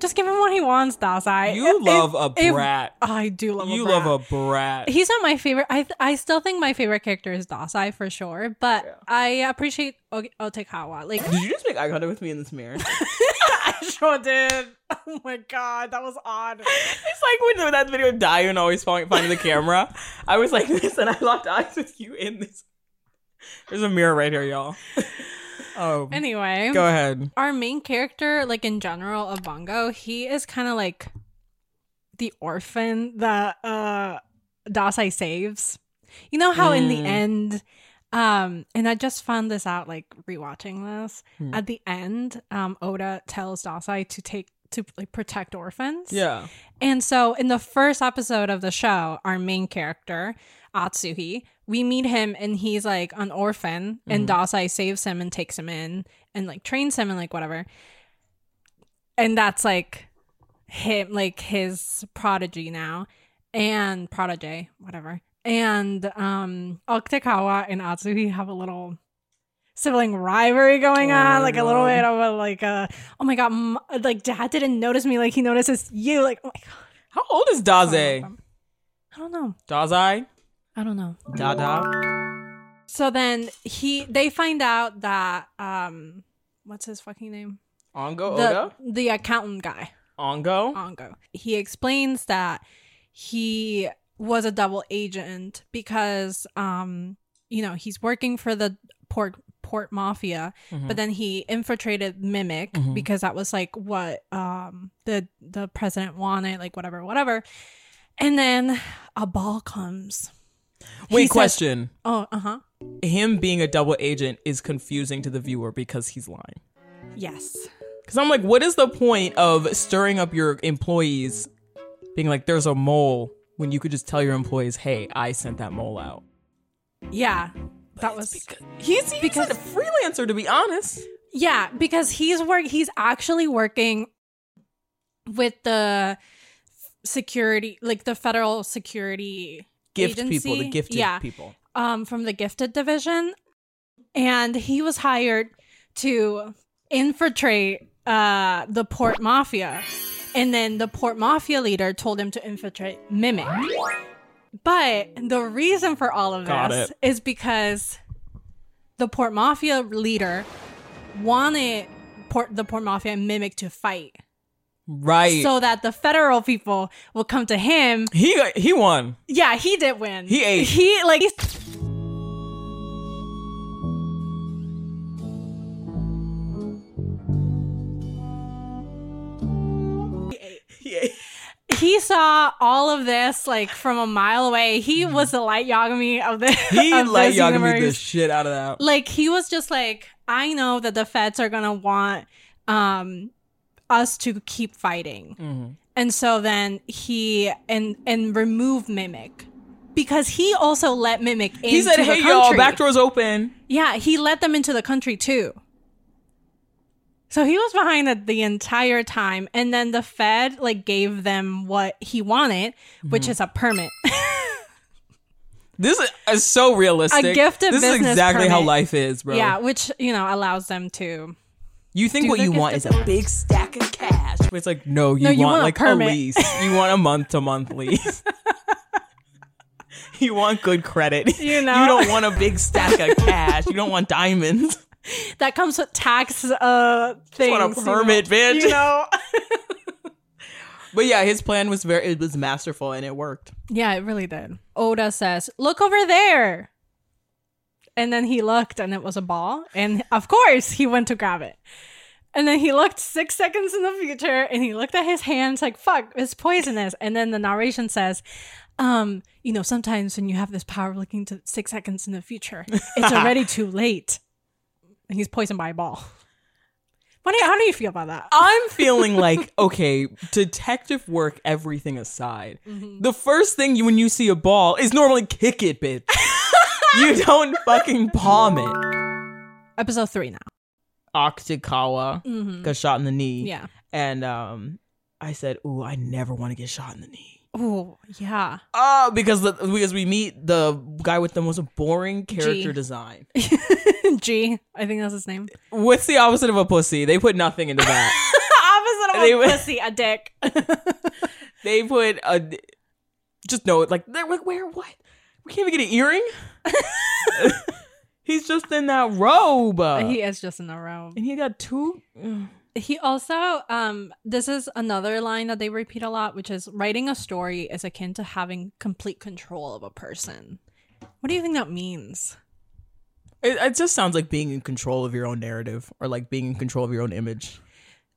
Speaker 2: just give him what he wants, Dasai.
Speaker 1: You
Speaker 2: If-
Speaker 1: love
Speaker 2: if-
Speaker 1: a
Speaker 2: if-
Speaker 1: brat.
Speaker 2: I do love
Speaker 1: you
Speaker 2: a brat.
Speaker 1: love a brat.
Speaker 2: He's not my favorite. I th- I still think my favorite character is Dasai for sure, but I appreciate o- Otekawa. <laughs> Like,
Speaker 1: Did you just make eye contact with me in this mirror?
Speaker 2: I sure did. <laughs> Oh my god, that was odd.
Speaker 1: It's like when that video of Diane always falling, finding the camera. I was like this, and I locked eyes with you in this. There's a mirror right here, y'all. Oh,
Speaker 2: Anyway,
Speaker 1: go ahead.
Speaker 2: our main character, like in general of Bongo, he is kind of like the orphan that uh Dasai saves. You know how in the
Speaker 1: Mm.
Speaker 2: end, um, and I just found this out like rewatching this.
Speaker 1: Hmm.
Speaker 2: At the end, um, Oda tells Dasai to take to like protect orphans.
Speaker 1: Yeah.
Speaker 2: And so in the first episode of the show, our main character, Atsuhi, we meet him and he's like an orphan and
Speaker 1: Mm-hmm.
Speaker 2: Dasai saves him and takes him in and like trains him and like whatever. And that's like him like his prodigy now and prodigy, whatever. And um Okutakawa and Atsuhi have a little sibling rivalry going
Speaker 1: Oh,
Speaker 2: on, like a little
Speaker 1: no.
Speaker 2: bit of a like a oh my god, m- like dad didn't notice me, like he notices you, like oh my god.
Speaker 1: How old is
Speaker 2: I
Speaker 1: Daze?
Speaker 2: don't know.
Speaker 1: Dazai?
Speaker 2: I don't know.
Speaker 1: Dada?
Speaker 2: So then he they find out that um what's his fucking name?
Speaker 1: Ongo
Speaker 2: The, Uh,
Speaker 1: Oda?
Speaker 2: the accountant guy,
Speaker 1: Ongo?
Speaker 2: Ongo. He explains that he was a double agent because um you know, he's working for the port port mafia, but then he infiltrated Mimic
Speaker 1: Mhm.
Speaker 2: because that was like what um the the president wanted, like whatever, whatever. And then a ball comes. he
Speaker 1: Wait,
Speaker 2: says-
Speaker 1: question.
Speaker 2: Oh, uh-huh.
Speaker 1: Him being a double agent is confusing to the viewer because he's lying.
Speaker 2: Yes.
Speaker 1: Because I'm like, what is the point of stirring up your employees being like, there's a mole when you could just tell your employees, hey, I sent that mole out?
Speaker 2: Yeah. that was
Speaker 1: It's because- he's, he's because, a freelancer, to be honest.
Speaker 2: Yeah, because he's work he's actually working with the security like the federal security
Speaker 1: Gift people, the
Speaker 2: agency.
Speaker 1: gifted
Speaker 2: Yeah.
Speaker 1: people.
Speaker 2: um from the gifted division and he was hired to infiltrate uh the port mafia and then the port mafia leader told him to infiltrate mimic but the reason for all of
Speaker 1: Got
Speaker 2: this
Speaker 1: it.
Speaker 2: is because the port mafia leader wanted port the port mafia and mimic to fight
Speaker 1: Right.
Speaker 2: so that the federal people will come to him
Speaker 1: he he won.
Speaker 2: yeah, he did win.
Speaker 1: He ate.
Speaker 2: He like. he's- He saw all of this like from a mile away. He was the light Yagami of the
Speaker 1: He
Speaker 2: of
Speaker 1: let
Speaker 2: this
Speaker 1: y'all give me the
Speaker 2: universe.
Speaker 1: shit out of that.
Speaker 2: Like he was just like, I know that the feds are gonna want um us to keep fighting.
Speaker 1: Mhm.
Speaker 2: And so then he and and remove Mimic because he also let Mimic into
Speaker 1: He said,
Speaker 2: the
Speaker 1: hey,
Speaker 2: country.
Speaker 1: y'all, back door's open.
Speaker 2: yeah, he let them into the country too. So he was behind it the entire time, and then the Fed like gave them what he wanted,
Speaker 1: Mm-hmm.
Speaker 2: which is a permit. <laughs>
Speaker 1: This is, is so realistic.
Speaker 2: A gift of
Speaker 1: This is
Speaker 2: business
Speaker 1: exactly how
Speaker 2: permit.
Speaker 1: life is, bro.
Speaker 2: yeah, which you know allows them to.
Speaker 1: You think
Speaker 2: Do
Speaker 1: what
Speaker 2: the
Speaker 1: you
Speaker 2: gift
Speaker 1: want is
Speaker 2: of
Speaker 1: a big stack of cash. But it's like, no, you,
Speaker 2: No, you
Speaker 1: want,
Speaker 2: want a
Speaker 1: like a
Speaker 2: permit.
Speaker 1: lease. You want a month to <laughs> month lease. you want good credit.
Speaker 2: You know?
Speaker 1: You don't want a big stack of cash. You don't want diamonds.
Speaker 2: That comes with tax uh things.
Speaker 1: want a
Speaker 2: you know.
Speaker 1: permit, bitch. <laughs>
Speaker 2: You know.
Speaker 1: But yeah, his plan was very it was masterful and it worked.
Speaker 2: Yeah, it really did. Oda says, "Look over there." And then he looked and it was a ball, and of course, he went to grab it. And then he looked 6 seconds in the future and he looked at his hands like, "Fuck, it's poisonous." And then the narration says, um, you know, sometimes when you have this power of looking to 6 seconds in the future,
Speaker 1: <laughs>
Speaker 2: it's already too late. And he's poisoned by a ball. What do you, how do you feel about that?
Speaker 1: I'm feeling like, <laughs> okay, detective work, everything aside.
Speaker 2: Mm-hmm.
Speaker 1: The first thing you when you see a ball is normally kick it, bitch.
Speaker 2: <laughs>
Speaker 1: you don't fucking palm it.
Speaker 2: Episode 3 now.
Speaker 1: Oktikawa got shot in the knee.
Speaker 2: Mm-hmm. Yeah.
Speaker 1: And um, I said, "Ooh, I never want to get shot in the knee."
Speaker 2: Oh, yeah.
Speaker 1: Oh, because the, because we meet the guy with the most boring character
Speaker 2: Gee.
Speaker 1: design.
Speaker 2: <laughs> G, I think that's his name.
Speaker 1: What's the opposite of a pussy? They put nothing into that.
Speaker 2: <laughs> opposite of
Speaker 1: They
Speaker 2: a
Speaker 1: would-
Speaker 2: pussy, a dick.
Speaker 1: <laughs> they put a just no, like they're like where what? We can't even get an
Speaker 2: <laughs>
Speaker 1: earring. He's just in that robe,
Speaker 2: <laughs> Uh, he is just in a row.
Speaker 1: and he got two.
Speaker 2: He also, um, this is another line that they repeat a lot, which is writing a story is akin to having complete control of a person. What do you think that means?
Speaker 1: It, it just sounds like being in control of your own narrative, or like being in control of your own image.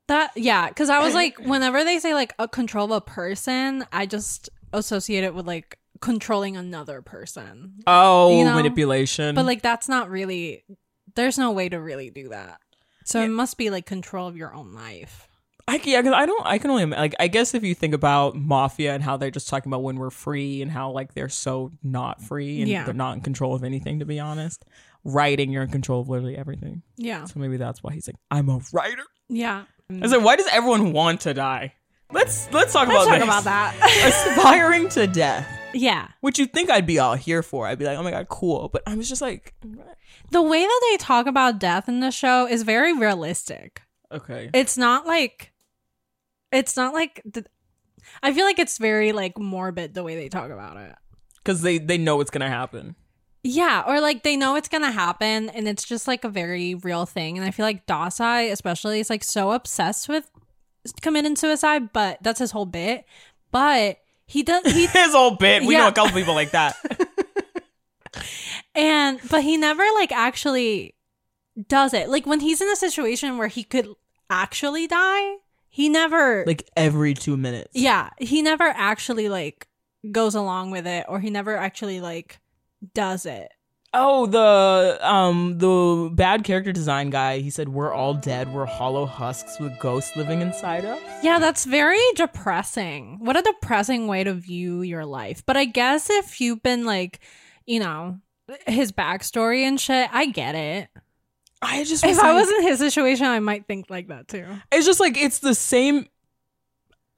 Speaker 2: That yeah, because I was <laughs> like, whenever they say like a control of a person, I just associate it with like controlling another person.
Speaker 1: Oh,
Speaker 2: You know?
Speaker 1: manipulation.
Speaker 2: But like that's not really. There's no way to really do that. So it must be like control of your own life.
Speaker 1: I, yeah, because I don't. I can only ima- like. I guess if you think about mafia and how they're just talking about when we're free and how like they're so not free and
Speaker 2: Yeah.
Speaker 1: they're not in control of anything. To be honest, writing you're in control of literally everything.
Speaker 2: Yeah.
Speaker 1: So maybe that's why he's like, I'm a writer.
Speaker 2: Yeah.
Speaker 1: I was like, why does everyone want to die? Let's let's talk
Speaker 2: Let's
Speaker 1: about
Speaker 2: talk
Speaker 1: this.
Speaker 2: about
Speaker 1: <laughs>
Speaker 2: that.
Speaker 1: Aspiring to death,
Speaker 2: <laughs> yeah.
Speaker 1: which you think I'd be all here for. I'd be like, oh my god, cool. But I was just like,
Speaker 2: The way that they talk about death in the show is very realistic.
Speaker 1: okay,
Speaker 2: It's not like it's not like the, I feel like it's very like morbid the way they talk about it.
Speaker 1: because they they know it's gonna happen. <laughs>
Speaker 2: Yeah, or like they know it's gonna happen, and it's just like a very real thing. And I feel like Dosai, especially, is like so obsessed with committing suicide, but that's his whole bit. But he does, he
Speaker 1: His whole bit. We know
Speaker 2: Yeah.
Speaker 1: a couple people like
Speaker 2: <laughs>
Speaker 1: that.
Speaker 2: and but he never like actually does it. Like when he's in a situation where he could actually die, he never
Speaker 1: like every two minutes.
Speaker 2: Yeah, he never actually like goes along with it, or he never actually like does it.
Speaker 1: Oh, the um the bad character design guy. He said we're all dead. We're hollow husks with ghosts living inside us.
Speaker 2: Yeah, that's very depressing. What a depressing way to view your life. But I guess if you've been like, you know, his backstory and shit, I get it.
Speaker 1: I just
Speaker 2: If
Speaker 1: was
Speaker 2: I
Speaker 1: like-
Speaker 2: was in his situation, I might think like that too.
Speaker 1: It's just like it's the same.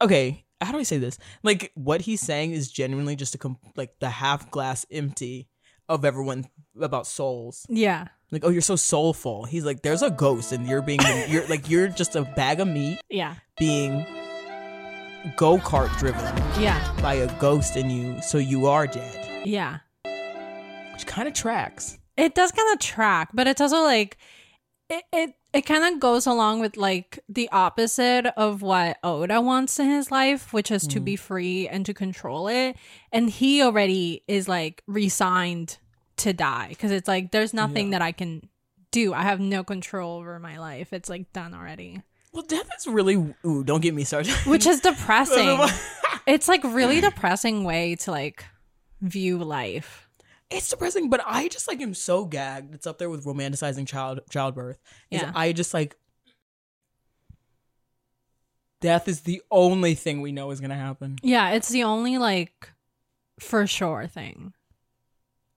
Speaker 1: Okay, how do I say this? Like what he's saying is genuinely just a com- like the half glass empty of everyone about souls.
Speaker 2: Yeah.
Speaker 1: Like, oh, you're so soulful. He's like, there's a ghost, and you're being <laughs> you're like you're just a bag of meat
Speaker 2: Yeah.
Speaker 1: being go kart driven
Speaker 2: Yeah.
Speaker 1: by a ghost in you, so you are dead,
Speaker 2: Yeah.
Speaker 1: which kind of tracks.
Speaker 2: It does kind of track, but it's also like it it, it kind of goes along with like the opposite of what Oda wants in his life, which is to be free and to control it. And he already is like resigned to die because it's like there's nothing that I can do. I have no control over my life. It's like done already,
Speaker 1: Well, death is really ooh. Don't get me started. <laughs>
Speaker 2: which is depressing. it's like really depressing way to like view life.
Speaker 1: it's depressing, but I just like am so gagged. It's up there with romanticizing child childbirth. Is
Speaker 2: Yeah.
Speaker 1: I just like death is the only thing we know is gonna happen.
Speaker 2: Yeah, it's the only like for sure thing.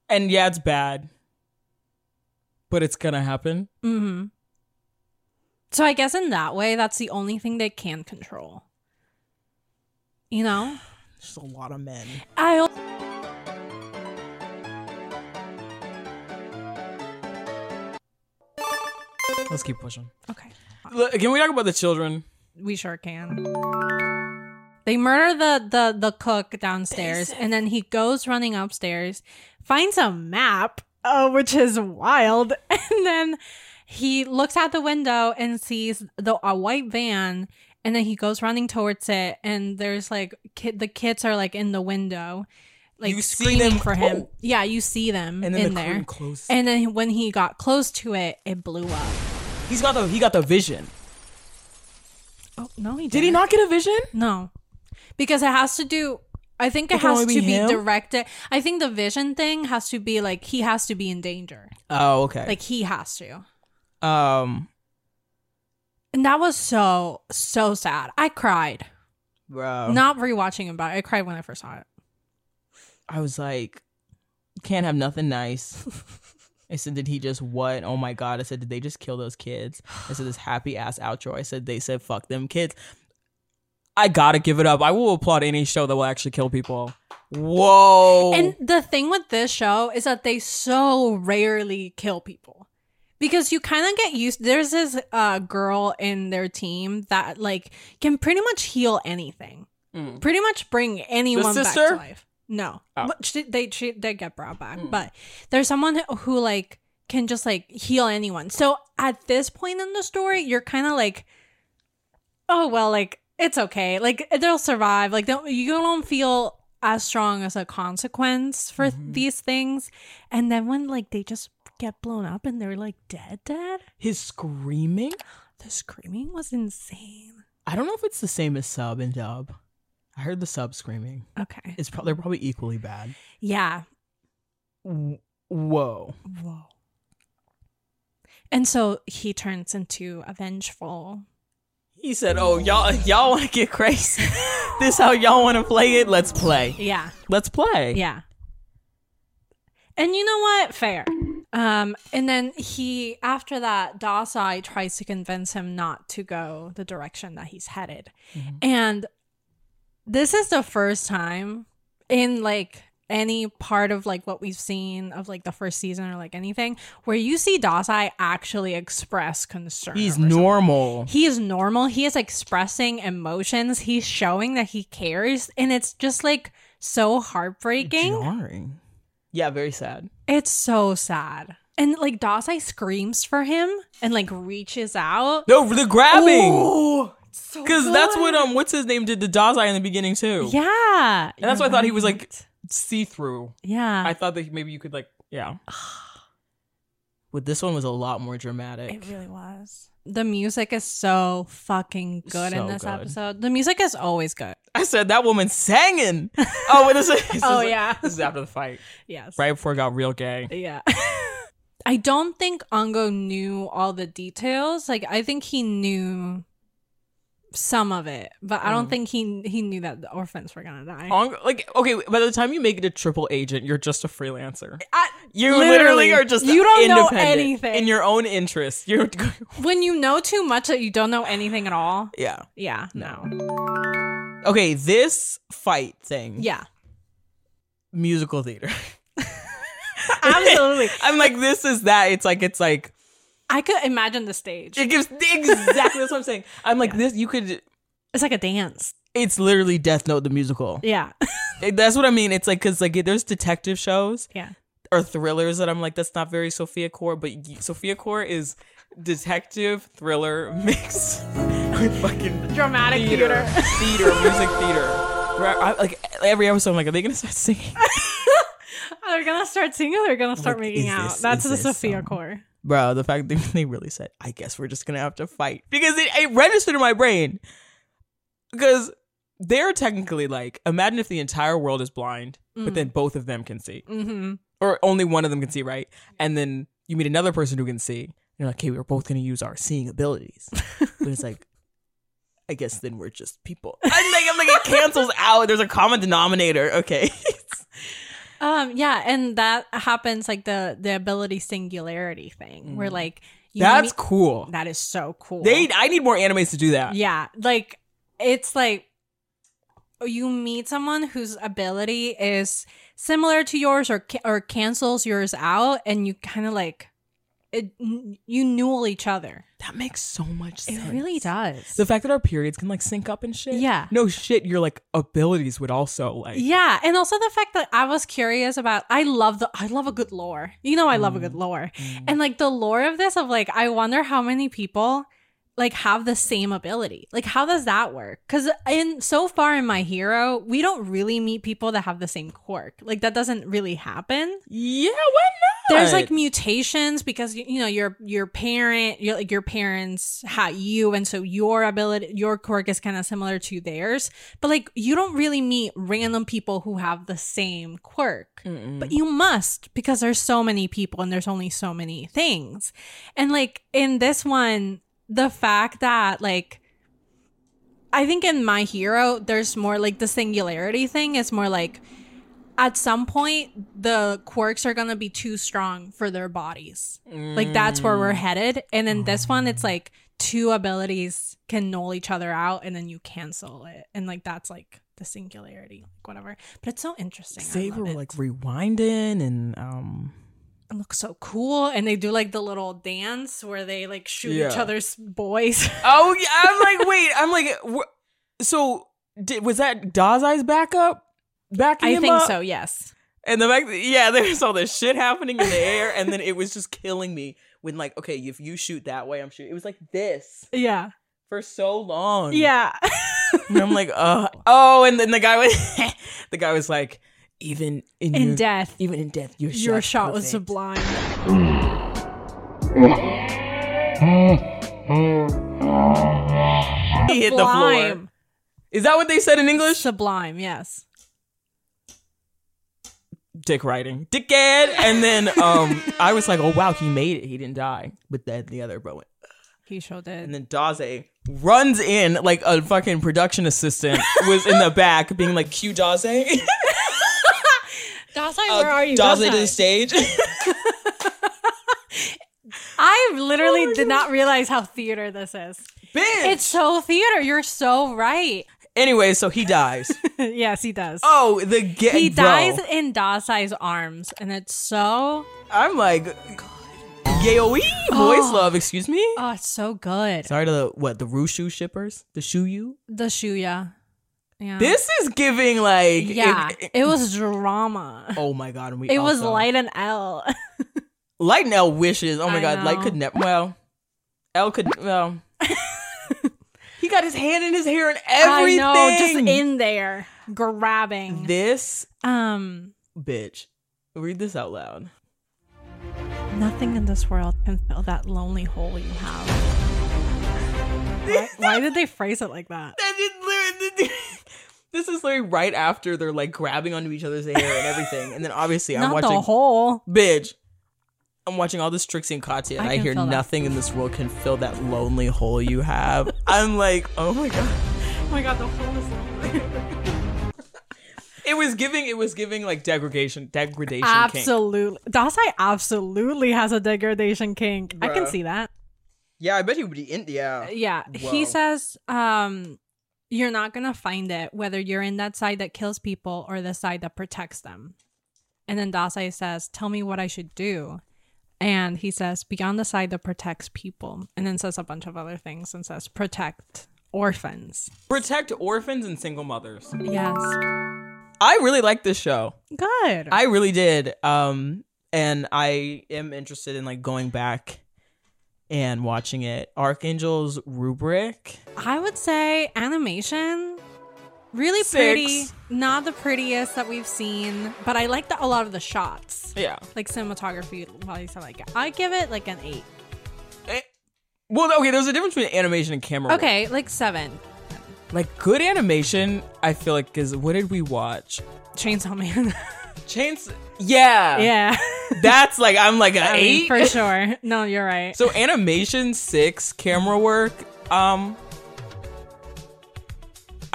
Speaker 1: And yeah, it's bad. But it's gonna happen.
Speaker 2: Mm-hmm. So I guess in that way, that's the only thing they can control. You know,
Speaker 1: There's a lot of men.
Speaker 2: I al-
Speaker 1: Let's keep pushing.
Speaker 2: okay.
Speaker 1: Look, Can we talk about the children?
Speaker 2: We sure can. They murder the the the cook downstairs, and then he goes running upstairs, finds a map, uh, which is wild, <laughs> and then he looks out the window and sees the a white van, and then he goes running towards it, and there's like kid, the kids are like in the window, like
Speaker 1: You see
Speaker 2: screaming
Speaker 1: them-
Speaker 2: for him.
Speaker 1: oh.
Speaker 2: Yeah, you see them
Speaker 1: And then
Speaker 2: in
Speaker 1: the
Speaker 2: there,
Speaker 1: curtain closes.
Speaker 2: and then when he got close to it, it blew up.
Speaker 1: He's got the he got the vision.
Speaker 2: Oh no, he didn't.
Speaker 1: Did he not get a vision?
Speaker 2: No, because it has to do. I think it,
Speaker 1: It can
Speaker 2: has to
Speaker 1: only
Speaker 2: be,
Speaker 1: be him?
Speaker 2: directed. I think the vision thing has to be like he has to be in danger.
Speaker 1: Oh, okay.
Speaker 2: Like he has to.
Speaker 1: um
Speaker 2: And that was so so sad. I cried.
Speaker 1: bro.
Speaker 2: Not rewatching it, but I cried when I first saw it.
Speaker 1: I was like, can't have nothing nice. I said, did he just what? Oh my God. I said, did they just kill those kids? I said, this happy ass outro. I said, they said, fuck them kids. I gotta give it up. I will applaud any show that will actually kill people. Whoa.
Speaker 2: And the thing with this show is that they so rarely kill people. Because you kind of get used there's this uh girl in their team that like can pretty much heal anything.
Speaker 1: Mm.
Speaker 2: Pretty much bring anyone back
Speaker 1: sister?
Speaker 2: to life. No.
Speaker 1: Oh. Hmm.
Speaker 2: But she, they she, they get brought back, but there's someone who, who like can just like heal anyone. So at this point in the story, you're kind of like oh well like it's okay like they'll survive like don't, you don't feel as strong as a consequence for
Speaker 1: Mm-hmm.
Speaker 2: these things and then when like they just get blown up and they're like dead dead
Speaker 1: His screaming?
Speaker 2: the screaming was insane
Speaker 1: I don't know if it's the same as sub and dub. I heard the sub screaming.
Speaker 2: okay
Speaker 1: It's probably, they're probably equally bad.
Speaker 2: yeah
Speaker 1: W- Whoa.
Speaker 2: whoa and so he turns into a vengeful
Speaker 1: He said, "Oh, y'all, y'all want to get crazy? <laughs> this how y'all want to play it? Let's play.
Speaker 2: Yeah.
Speaker 1: Let's play."
Speaker 2: Yeah. And you know what? Fair. Um, and then he, after that, Dasai tries to convince him not to go the direction that he's headed. And this is the first time in like any part of like what we've seen of like the first season or like anything where you see Dasai actually express concern.
Speaker 1: He's
Speaker 2: over
Speaker 1: normal.
Speaker 2: he is normal. He is expressing emotions. He's showing that he cares. And it's just like so heartbreaking.
Speaker 1: Jarring. Yeah, very sad.
Speaker 2: It's so sad. And like Dasai screams for him and like reaches out.
Speaker 1: No, the grabbing.
Speaker 2: Ooh, it's so
Speaker 1: Because that's what
Speaker 2: good.
Speaker 1: um, what's his name did to Dazai in the beginning too.
Speaker 2: Yeah.
Speaker 1: and that's why I thought he was like see through.
Speaker 2: Yeah.
Speaker 1: I thought that maybe you could like,
Speaker 2: <sighs>
Speaker 1: yeah. With this one was a lot more dramatic.
Speaker 2: it really was. The music is so fucking good
Speaker 1: So
Speaker 2: in this
Speaker 1: good.
Speaker 2: episode. The music is always good.
Speaker 1: I said that woman singing. oh, wait, this is,
Speaker 2: <laughs>
Speaker 1: this is
Speaker 2: Oh,
Speaker 1: like-
Speaker 2: yeah.
Speaker 1: this is after the fight,
Speaker 2: Yes.
Speaker 1: right before it got real gay.
Speaker 2: Yeah. <laughs> I don't think Ango knew all the details. Like I think he knew some of it, but I
Speaker 1: Mm.
Speaker 2: don't think he he knew that the orphans were gonna die.
Speaker 1: On- like, okay, by the time you make it a triple agent, you're just a freelancer.
Speaker 2: I-
Speaker 1: You literally,
Speaker 2: Literally.
Speaker 1: are just
Speaker 2: You don't know
Speaker 1: independent
Speaker 2: anything.
Speaker 1: in your own interest. You're <laughs>
Speaker 2: when you know too much that you don't know anything at all.
Speaker 1: yeah.
Speaker 2: Yeah, no.
Speaker 1: Okay, this fight thing. <laughs>
Speaker 2: Yeah,
Speaker 1: musical <laughs> theater.
Speaker 2: absolutely.
Speaker 1: I'm like, this is that. It's like it's like
Speaker 2: I could imagine the stage.
Speaker 1: it gives <laughs> exactly that's what I'm saying. I'm like this. You could.
Speaker 2: It's like a dance.
Speaker 1: It's literally Death Note the musical.
Speaker 2: Yeah,
Speaker 1: It- That's what I mean. It's like because like there's detective shows
Speaker 2: yeah.
Speaker 1: or thrillers that I'm like that's not very Sophia Core, but y- Sophia Core is detective thriller <laughs> mixed with fucking
Speaker 2: Dramatic
Speaker 1: theater,
Speaker 2: theater.
Speaker 1: theater, music theater. Where I, like every episode, I'm like, are they gonna start singing?
Speaker 2: <laughs> They're gonna start singing. They're gonna start
Speaker 1: Like,
Speaker 2: making
Speaker 1: is
Speaker 2: out.
Speaker 1: this-
Speaker 2: That's
Speaker 1: is
Speaker 2: the
Speaker 1: this
Speaker 2: Sophia
Speaker 1: some-
Speaker 2: core.
Speaker 1: bro the fact that <laughs> they really said i guess we're just gonna have to fight because it, it registered in my brain because they're technically like imagine if the entire world is blind but then both of them can see
Speaker 2: Mm-hmm.
Speaker 1: or only one of them can see right and then you meet another person who can see and you're like okay we're both gonna use our seeing <laughs> abilities but it's like i guess then we're just people <laughs> i'm like, I'm like it cancels out there's a common denominator okay
Speaker 2: Um, yeah, and that happens like the the ability singularity thing, where like
Speaker 1: <laughs>
Speaker 2: you
Speaker 1: that's
Speaker 2: meet-
Speaker 1: cool
Speaker 2: that is so cool.
Speaker 1: they i need more animes to do that
Speaker 2: yeah, like it's like you meet someone whose ability is similar to yours or ca- or cancels yours out, and you kind of like it, you newel each other.
Speaker 1: that makes so much sense
Speaker 2: It really does.
Speaker 1: The fact that our periods can like sync up and shit.
Speaker 2: Yeah.
Speaker 1: No shit, your like abilities would also like.
Speaker 2: yeah, and also the fact that I was curious about I love the I love a good lore. You know I love a good lore. And like the lore of this of like I wonder how many people like have the same ability. Like how does that work? Cuz in so far in my hero, we don't really meet people that have the same quirk. Like that doesn't really happen.
Speaker 1: Yeah, why not?
Speaker 2: There's like mutations because you, you know your your parent, your like your parents had you and so your ability your quirk is kind of similar to theirs. But like you don't really meet random people who have the same quirk. But you must because there's so many people and there's only so many things. And like in this one, the fact that like I think in My Hero, there's more like the singularity thing is more like at some point the quirks are gonna be too strong for their bodies. Like
Speaker 1: Mm.
Speaker 2: that's where we're headed. And in this one, it's like two abilities can null each other out and then you cancel it. And like that's like the singularity, like whatever. But it's so interesting. I
Speaker 1: Saber
Speaker 2: love
Speaker 1: were
Speaker 2: it.
Speaker 1: like rewinding and um.
Speaker 2: It looks so cool. And they do like the little dance where they like shoot each
Speaker 1: Yeah.
Speaker 2: other's boys. <laughs>
Speaker 1: Oh yeah, I'm like wait, I'm like, wh- so did, was that Dazai's backup? Backing
Speaker 2: I
Speaker 1: him
Speaker 2: think
Speaker 1: up?
Speaker 2: so, yes.
Speaker 1: And the fact that, yeah, there's all this shit happening in the air, and then it was just killing me when like, okay, if you shoot that way, I'm shooting. It was like this
Speaker 2: Yeah.
Speaker 1: for so long.
Speaker 2: Yeah.
Speaker 1: And I'm like, uh, oh, and then the guy was, <laughs> the guy was like, even in,
Speaker 2: <laughs> In
Speaker 1: your-
Speaker 2: death,
Speaker 1: even in death, your,
Speaker 2: your
Speaker 1: shot's
Speaker 2: shot was
Speaker 1: perfect."
Speaker 2: sublime.
Speaker 1: <laughs> He hit the floor.
Speaker 2: Sublime.
Speaker 1: Is that what they said in English?
Speaker 2: Sublime, yes.
Speaker 1: Dick writing, dickhead. And then um, I was like, oh wow, he made it. He didn't die. But then the other bro went,
Speaker 2: He sure did.
Speaker 1: and then Daze runs in like a fucking production
Speaker 2: <laughs>
Speaker 1: assistant was in the back being like cue Dazay.
Speaker 2: Dazai, where are
Speaker 1: Dazay to
Speaker 2: you?
Speaker 1: the
Speaker 2: Dazai?
Speaker 1: stage. <laughs>
Speaker 2: I literally did not realize how theater this
Speaker 1: <laughs>
Speaker 2: is.
Speaker 1: Bitch.
Speaker 2: It's so theater. You're so right. <laughs>
Speaker 1: anyway, so he dies.
Speaker 2: yes, he does.
Speaker 1: Oh, the get
Speaker 2: he
Speaker 1: bro.
Speaker 2: dies in Dasai's arms, and it's so
Speaker 1: I'm like Yaoi boys love, excuse me.
Speaker 2: oh, it's so good.
Speaker 1: Sorry to the what, the Rushu shippers? The Shuyu?
Speaker 2: The Shuya. Yeah.
Speaker 1: This is giving like
Speaker 2: yeah.
Speaker 1: it-
Speaker 2: It,
Speaker 1: it-
Speaker 2: was drama.
Speaker 1: Oh my god, and we
Speaker 2: It was
Speaker 1: also-
Speaker 2: light and L. <laughs>
Speaker 1: Light and L wishes. Oh my
Speaker 2: I
Speaker 1: god, Light
Speaker 2: know.
Speaker 1: could never. Well, L could.
Speaker 2: <laughs>
Speaker 1: Well, he got his hand in his hair and everything.
Speaker 2: I know, just in there grabbing.
Speaker 1: this
Speaker 2: um
Speaker 1: bitch. Read this out loud.
Speaker 2: nothing in this world can fill that lonely hole you have. Why, why did they phrase it like that?
Speaker 1: That is literally- <laughs> This is literally right after they're like grabbing onto each other's hair and everything, and then obviously I'm
Speaker 2: Not
Speaker 1: watching.
Speaker 2: the hole.
Speaker 1: bitch. I'm watching all this Trixie and Katya, and
Speaker 2: I
Speaker 1: I,
Speaker 2: can
Speaker 1: hear
Speaker 2: feel that.
Speaker 1: nothing in this world can fill that lonely hole you have. <laughs> I'm like, oh my god.
Speaker 2: Oh my god, the hole is <laughs> lonely.
Speaker 1: It was giving. It was giving like degradation. Degradation. kink.
Speaker 2: Absolutely. Dasai absolutely has a degradation kink. I can
Speaker 1: Bruh.
Speaker 2: see that.
Speaker 1: Yeah, I bet he would be in. Yeah.
Speaker 2: Yeah.
Speaker 1: Whoa.
Speaker 2: He says, um, you're not going to find it whether you're in that side that kills people or the side that protects them. And then Dasai says, tell me what I should do. And he says, beyond the side that protects people. And then says a bunch of other things and says, protect orphans.
Speaker 1: Protect orphans and single mothers.
Speaker 2: Yes.
Speaker 1: I really like this show.
Speaker 2: Good.
Speaker 1: I really did. Um, and I am interested in like going back and watching it. Archangel's rubric.
Speaker 2: I would say animation. Really
Speaker 1: Six.
Speaker 2: pretty. Not the prettiest that we've seen, but I like the, a lot of the shots.
Speaker 1: Yeah.
Speaker 2: Like cinematography wise, I like it. I give it like an eight.
Speaker 1: Eh, Well, okay. There's a difference between animation and camera. work.
Speaker 2: Okay, like seven.
Speaker 1: Like good animation, I feel like is what did we watch?
Speaker 2: Chainsaw Man.
Speaker 1: Chains. Yeah.
Speaker 2: <laughs> yeah.
Speaker 1: <laughs> That's like I'm like an
Speaker 2: I mean,
Speaker 1: eight.
Speaker 2: <laughs> For sure. No, you're
Speaker 1: <laughs>
Speaker 2: right.
Speaker 1: So animation six, camera work. Um,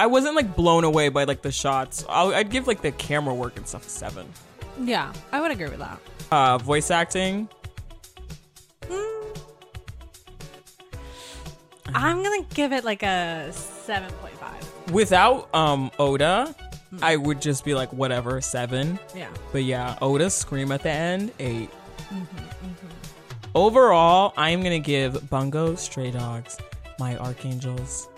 Speaker 1: I wasn't like blown away by like the shots. I'll, I'd give like the camera work and stuff a seven.
Speaker 2: yeah, I would agree with that.
Speaker 1: Uh, voice acting.
Speaker 2: I'm going to give it like a 7.5.
Speaker 1: Without um Oda,
Speaker 2: Hmm.
Speaker 1: I would just be like whatever seven.
Speaker 2: Yeah.
Speaker 1: But yeah, Oda scream at the end 8 Overall, I'm gonna give Bungo, Stray Dogs, My Archangels,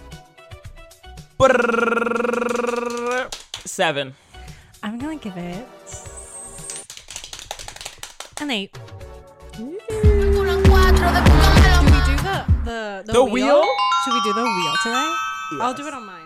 Speaker 1: seven.
Speaker 2: I'm going to give it an eight. Should we do the, the, the,
Speaker 1: The wheel?
Speaker 2: Should we do the wheel today? I'll do it on mine.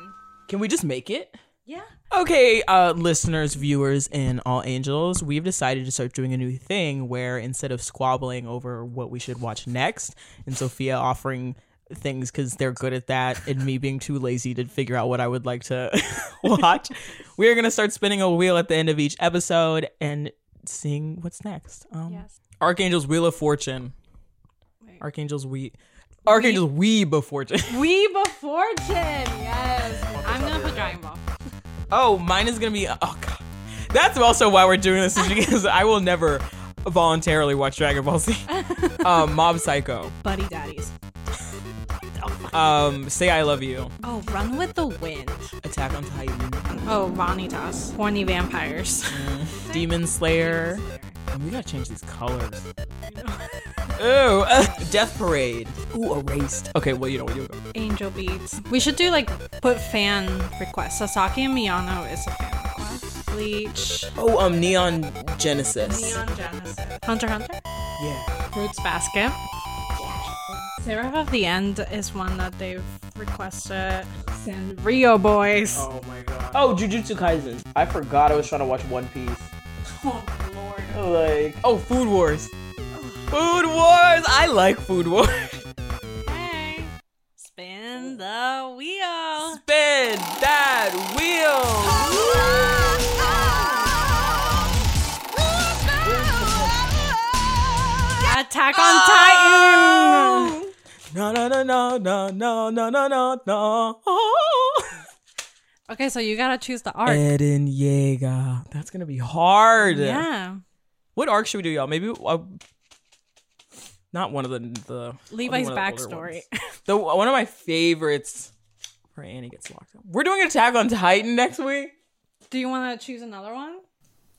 Speaker 1: Can we just make it?
Speaker 2: Yeah.
Speaker 1: Okay, uh, listeners, viewers, and all angels, we've decided to start doing a new thing where instead of squabbling over what we should watch next, and Sophia offering things because they're good at that, and me being too lazy to figure out what I would like to <laughs> watch, we're gonna start spinning a wheel at the end of each episode and seeing what's next. Um,
Speaker 2: Yes.
Speaker 1: Archangel's Wheel of Fortune.
Speaker 2: Wait.
Speaker 1: Archangel's we. Archangel's Weeb of <laughs> Fortune.
Speaker 2: We before Fortune. Yes. I'm gonna put Dragon Ball.
Speaker 1: Oh, mine is gonna be. Oh god, that's also why we're doing this is because I will never voluntarily watch Dragon Ball Z. um, Mob Psycho.
Speaker 2: Buddy Daddies.
Speaker 1: Um, Say I Love You.
Speaker 2: Oh, Run with the Wind.
Speaker 1: Attack on Titan.
Speaker 2: Oh, Vanitas. Horny vampires.
Speaker 1: Demon Slayer. And we gotta change these colors. Ooh, <laughs> Death Parade. Ooh, erased. Okay, well you know what you. Go.
Speaker 2: <laughs> Angel Beats. We should do like put fan requests. Sasaki and Miyano is a fan request. Bleach.
Speaker 1: Oh, um, Neon Genesis.
Speaker 2: Neon Genesis. Hunter x Hunter.
Speaker 1: Yeah.
Speaker 2: Roots Basket. Seraph of the End is one that they've requested. And Rio Boys.
Speaker 1: Oh my god. Oh, Jujutsu Kaisen. I forgot I was trying to watch One Piece.
Speaker 2: <laughs> Oh, Lord.
Speaker 1: Like. Oh, Food Wars. Food Wars. I like Food Wars. <laughs>
Speaker 2: Hey. Spin
Speaker 1: Oh.
Speaker 2: the wheel.
Speaker 1: Spin that wheel.
Speaker 2: Attack on Titan.
Speaker 1: Oh. Na, na, No, no, no, no, no, no, no, no,
Speaker 2: <laughs>
Speaker 1: no.
Speaker 2: Okay, so you gotta choose the arc.
Speaker 1: Eden Yeager. That's gonna be hard.
Speaker 2: yeah.
Speaker 1: What arc should we do, y'all? Maybe uh, not one of the the
Speaker 2: Levi's
Speaker 1: one of the older
Speaker 2: backstory.
Speaker 1: ones. The one of my favorites. Where Annie gets locked up. We're doing Attack on Titan next week.
Speaker 2: <laughs> Do you wanna choose another one?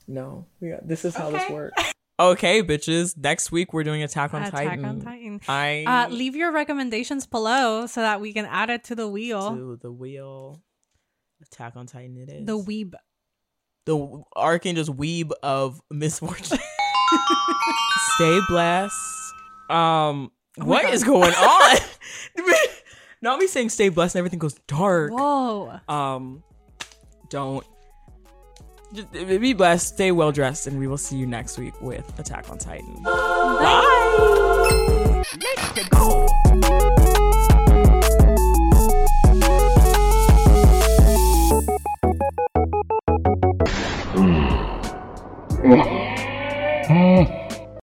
Speaker 1: No, yeah, this is how
Speaker 2: Okay.
Speaker 1: works.
Speaker 2: <laughs>
Speaker 1: Okay, bitches. Next week we're doing Attack on
Speaker 2: Attack
Speaker 1: Titan.
Speaker 2: on Titan.
Speaker 1: I
Speaker 2: Uh, leave your recommendations below so that we can add it to the wheel.
Speaker 1: to the wheel. Attack on Titan. It is
Speaker 2: The weeb.
Speaker 1: the archangels weeb of misfortune. <laughs> Stay blessed. Um,
Speaker 2: Oh
Speaker 1: what is
Speaker 2: <laughs>
Speaker 1: going on? <laughs> Not me saying stay blessed and everything goes dark.
Speaker 2: Whoa.
Speaker 1: Um, don't. Just be blessed, stay well dressed, and we will see you next week with Attack on Titan.
Speaker 4: Mm.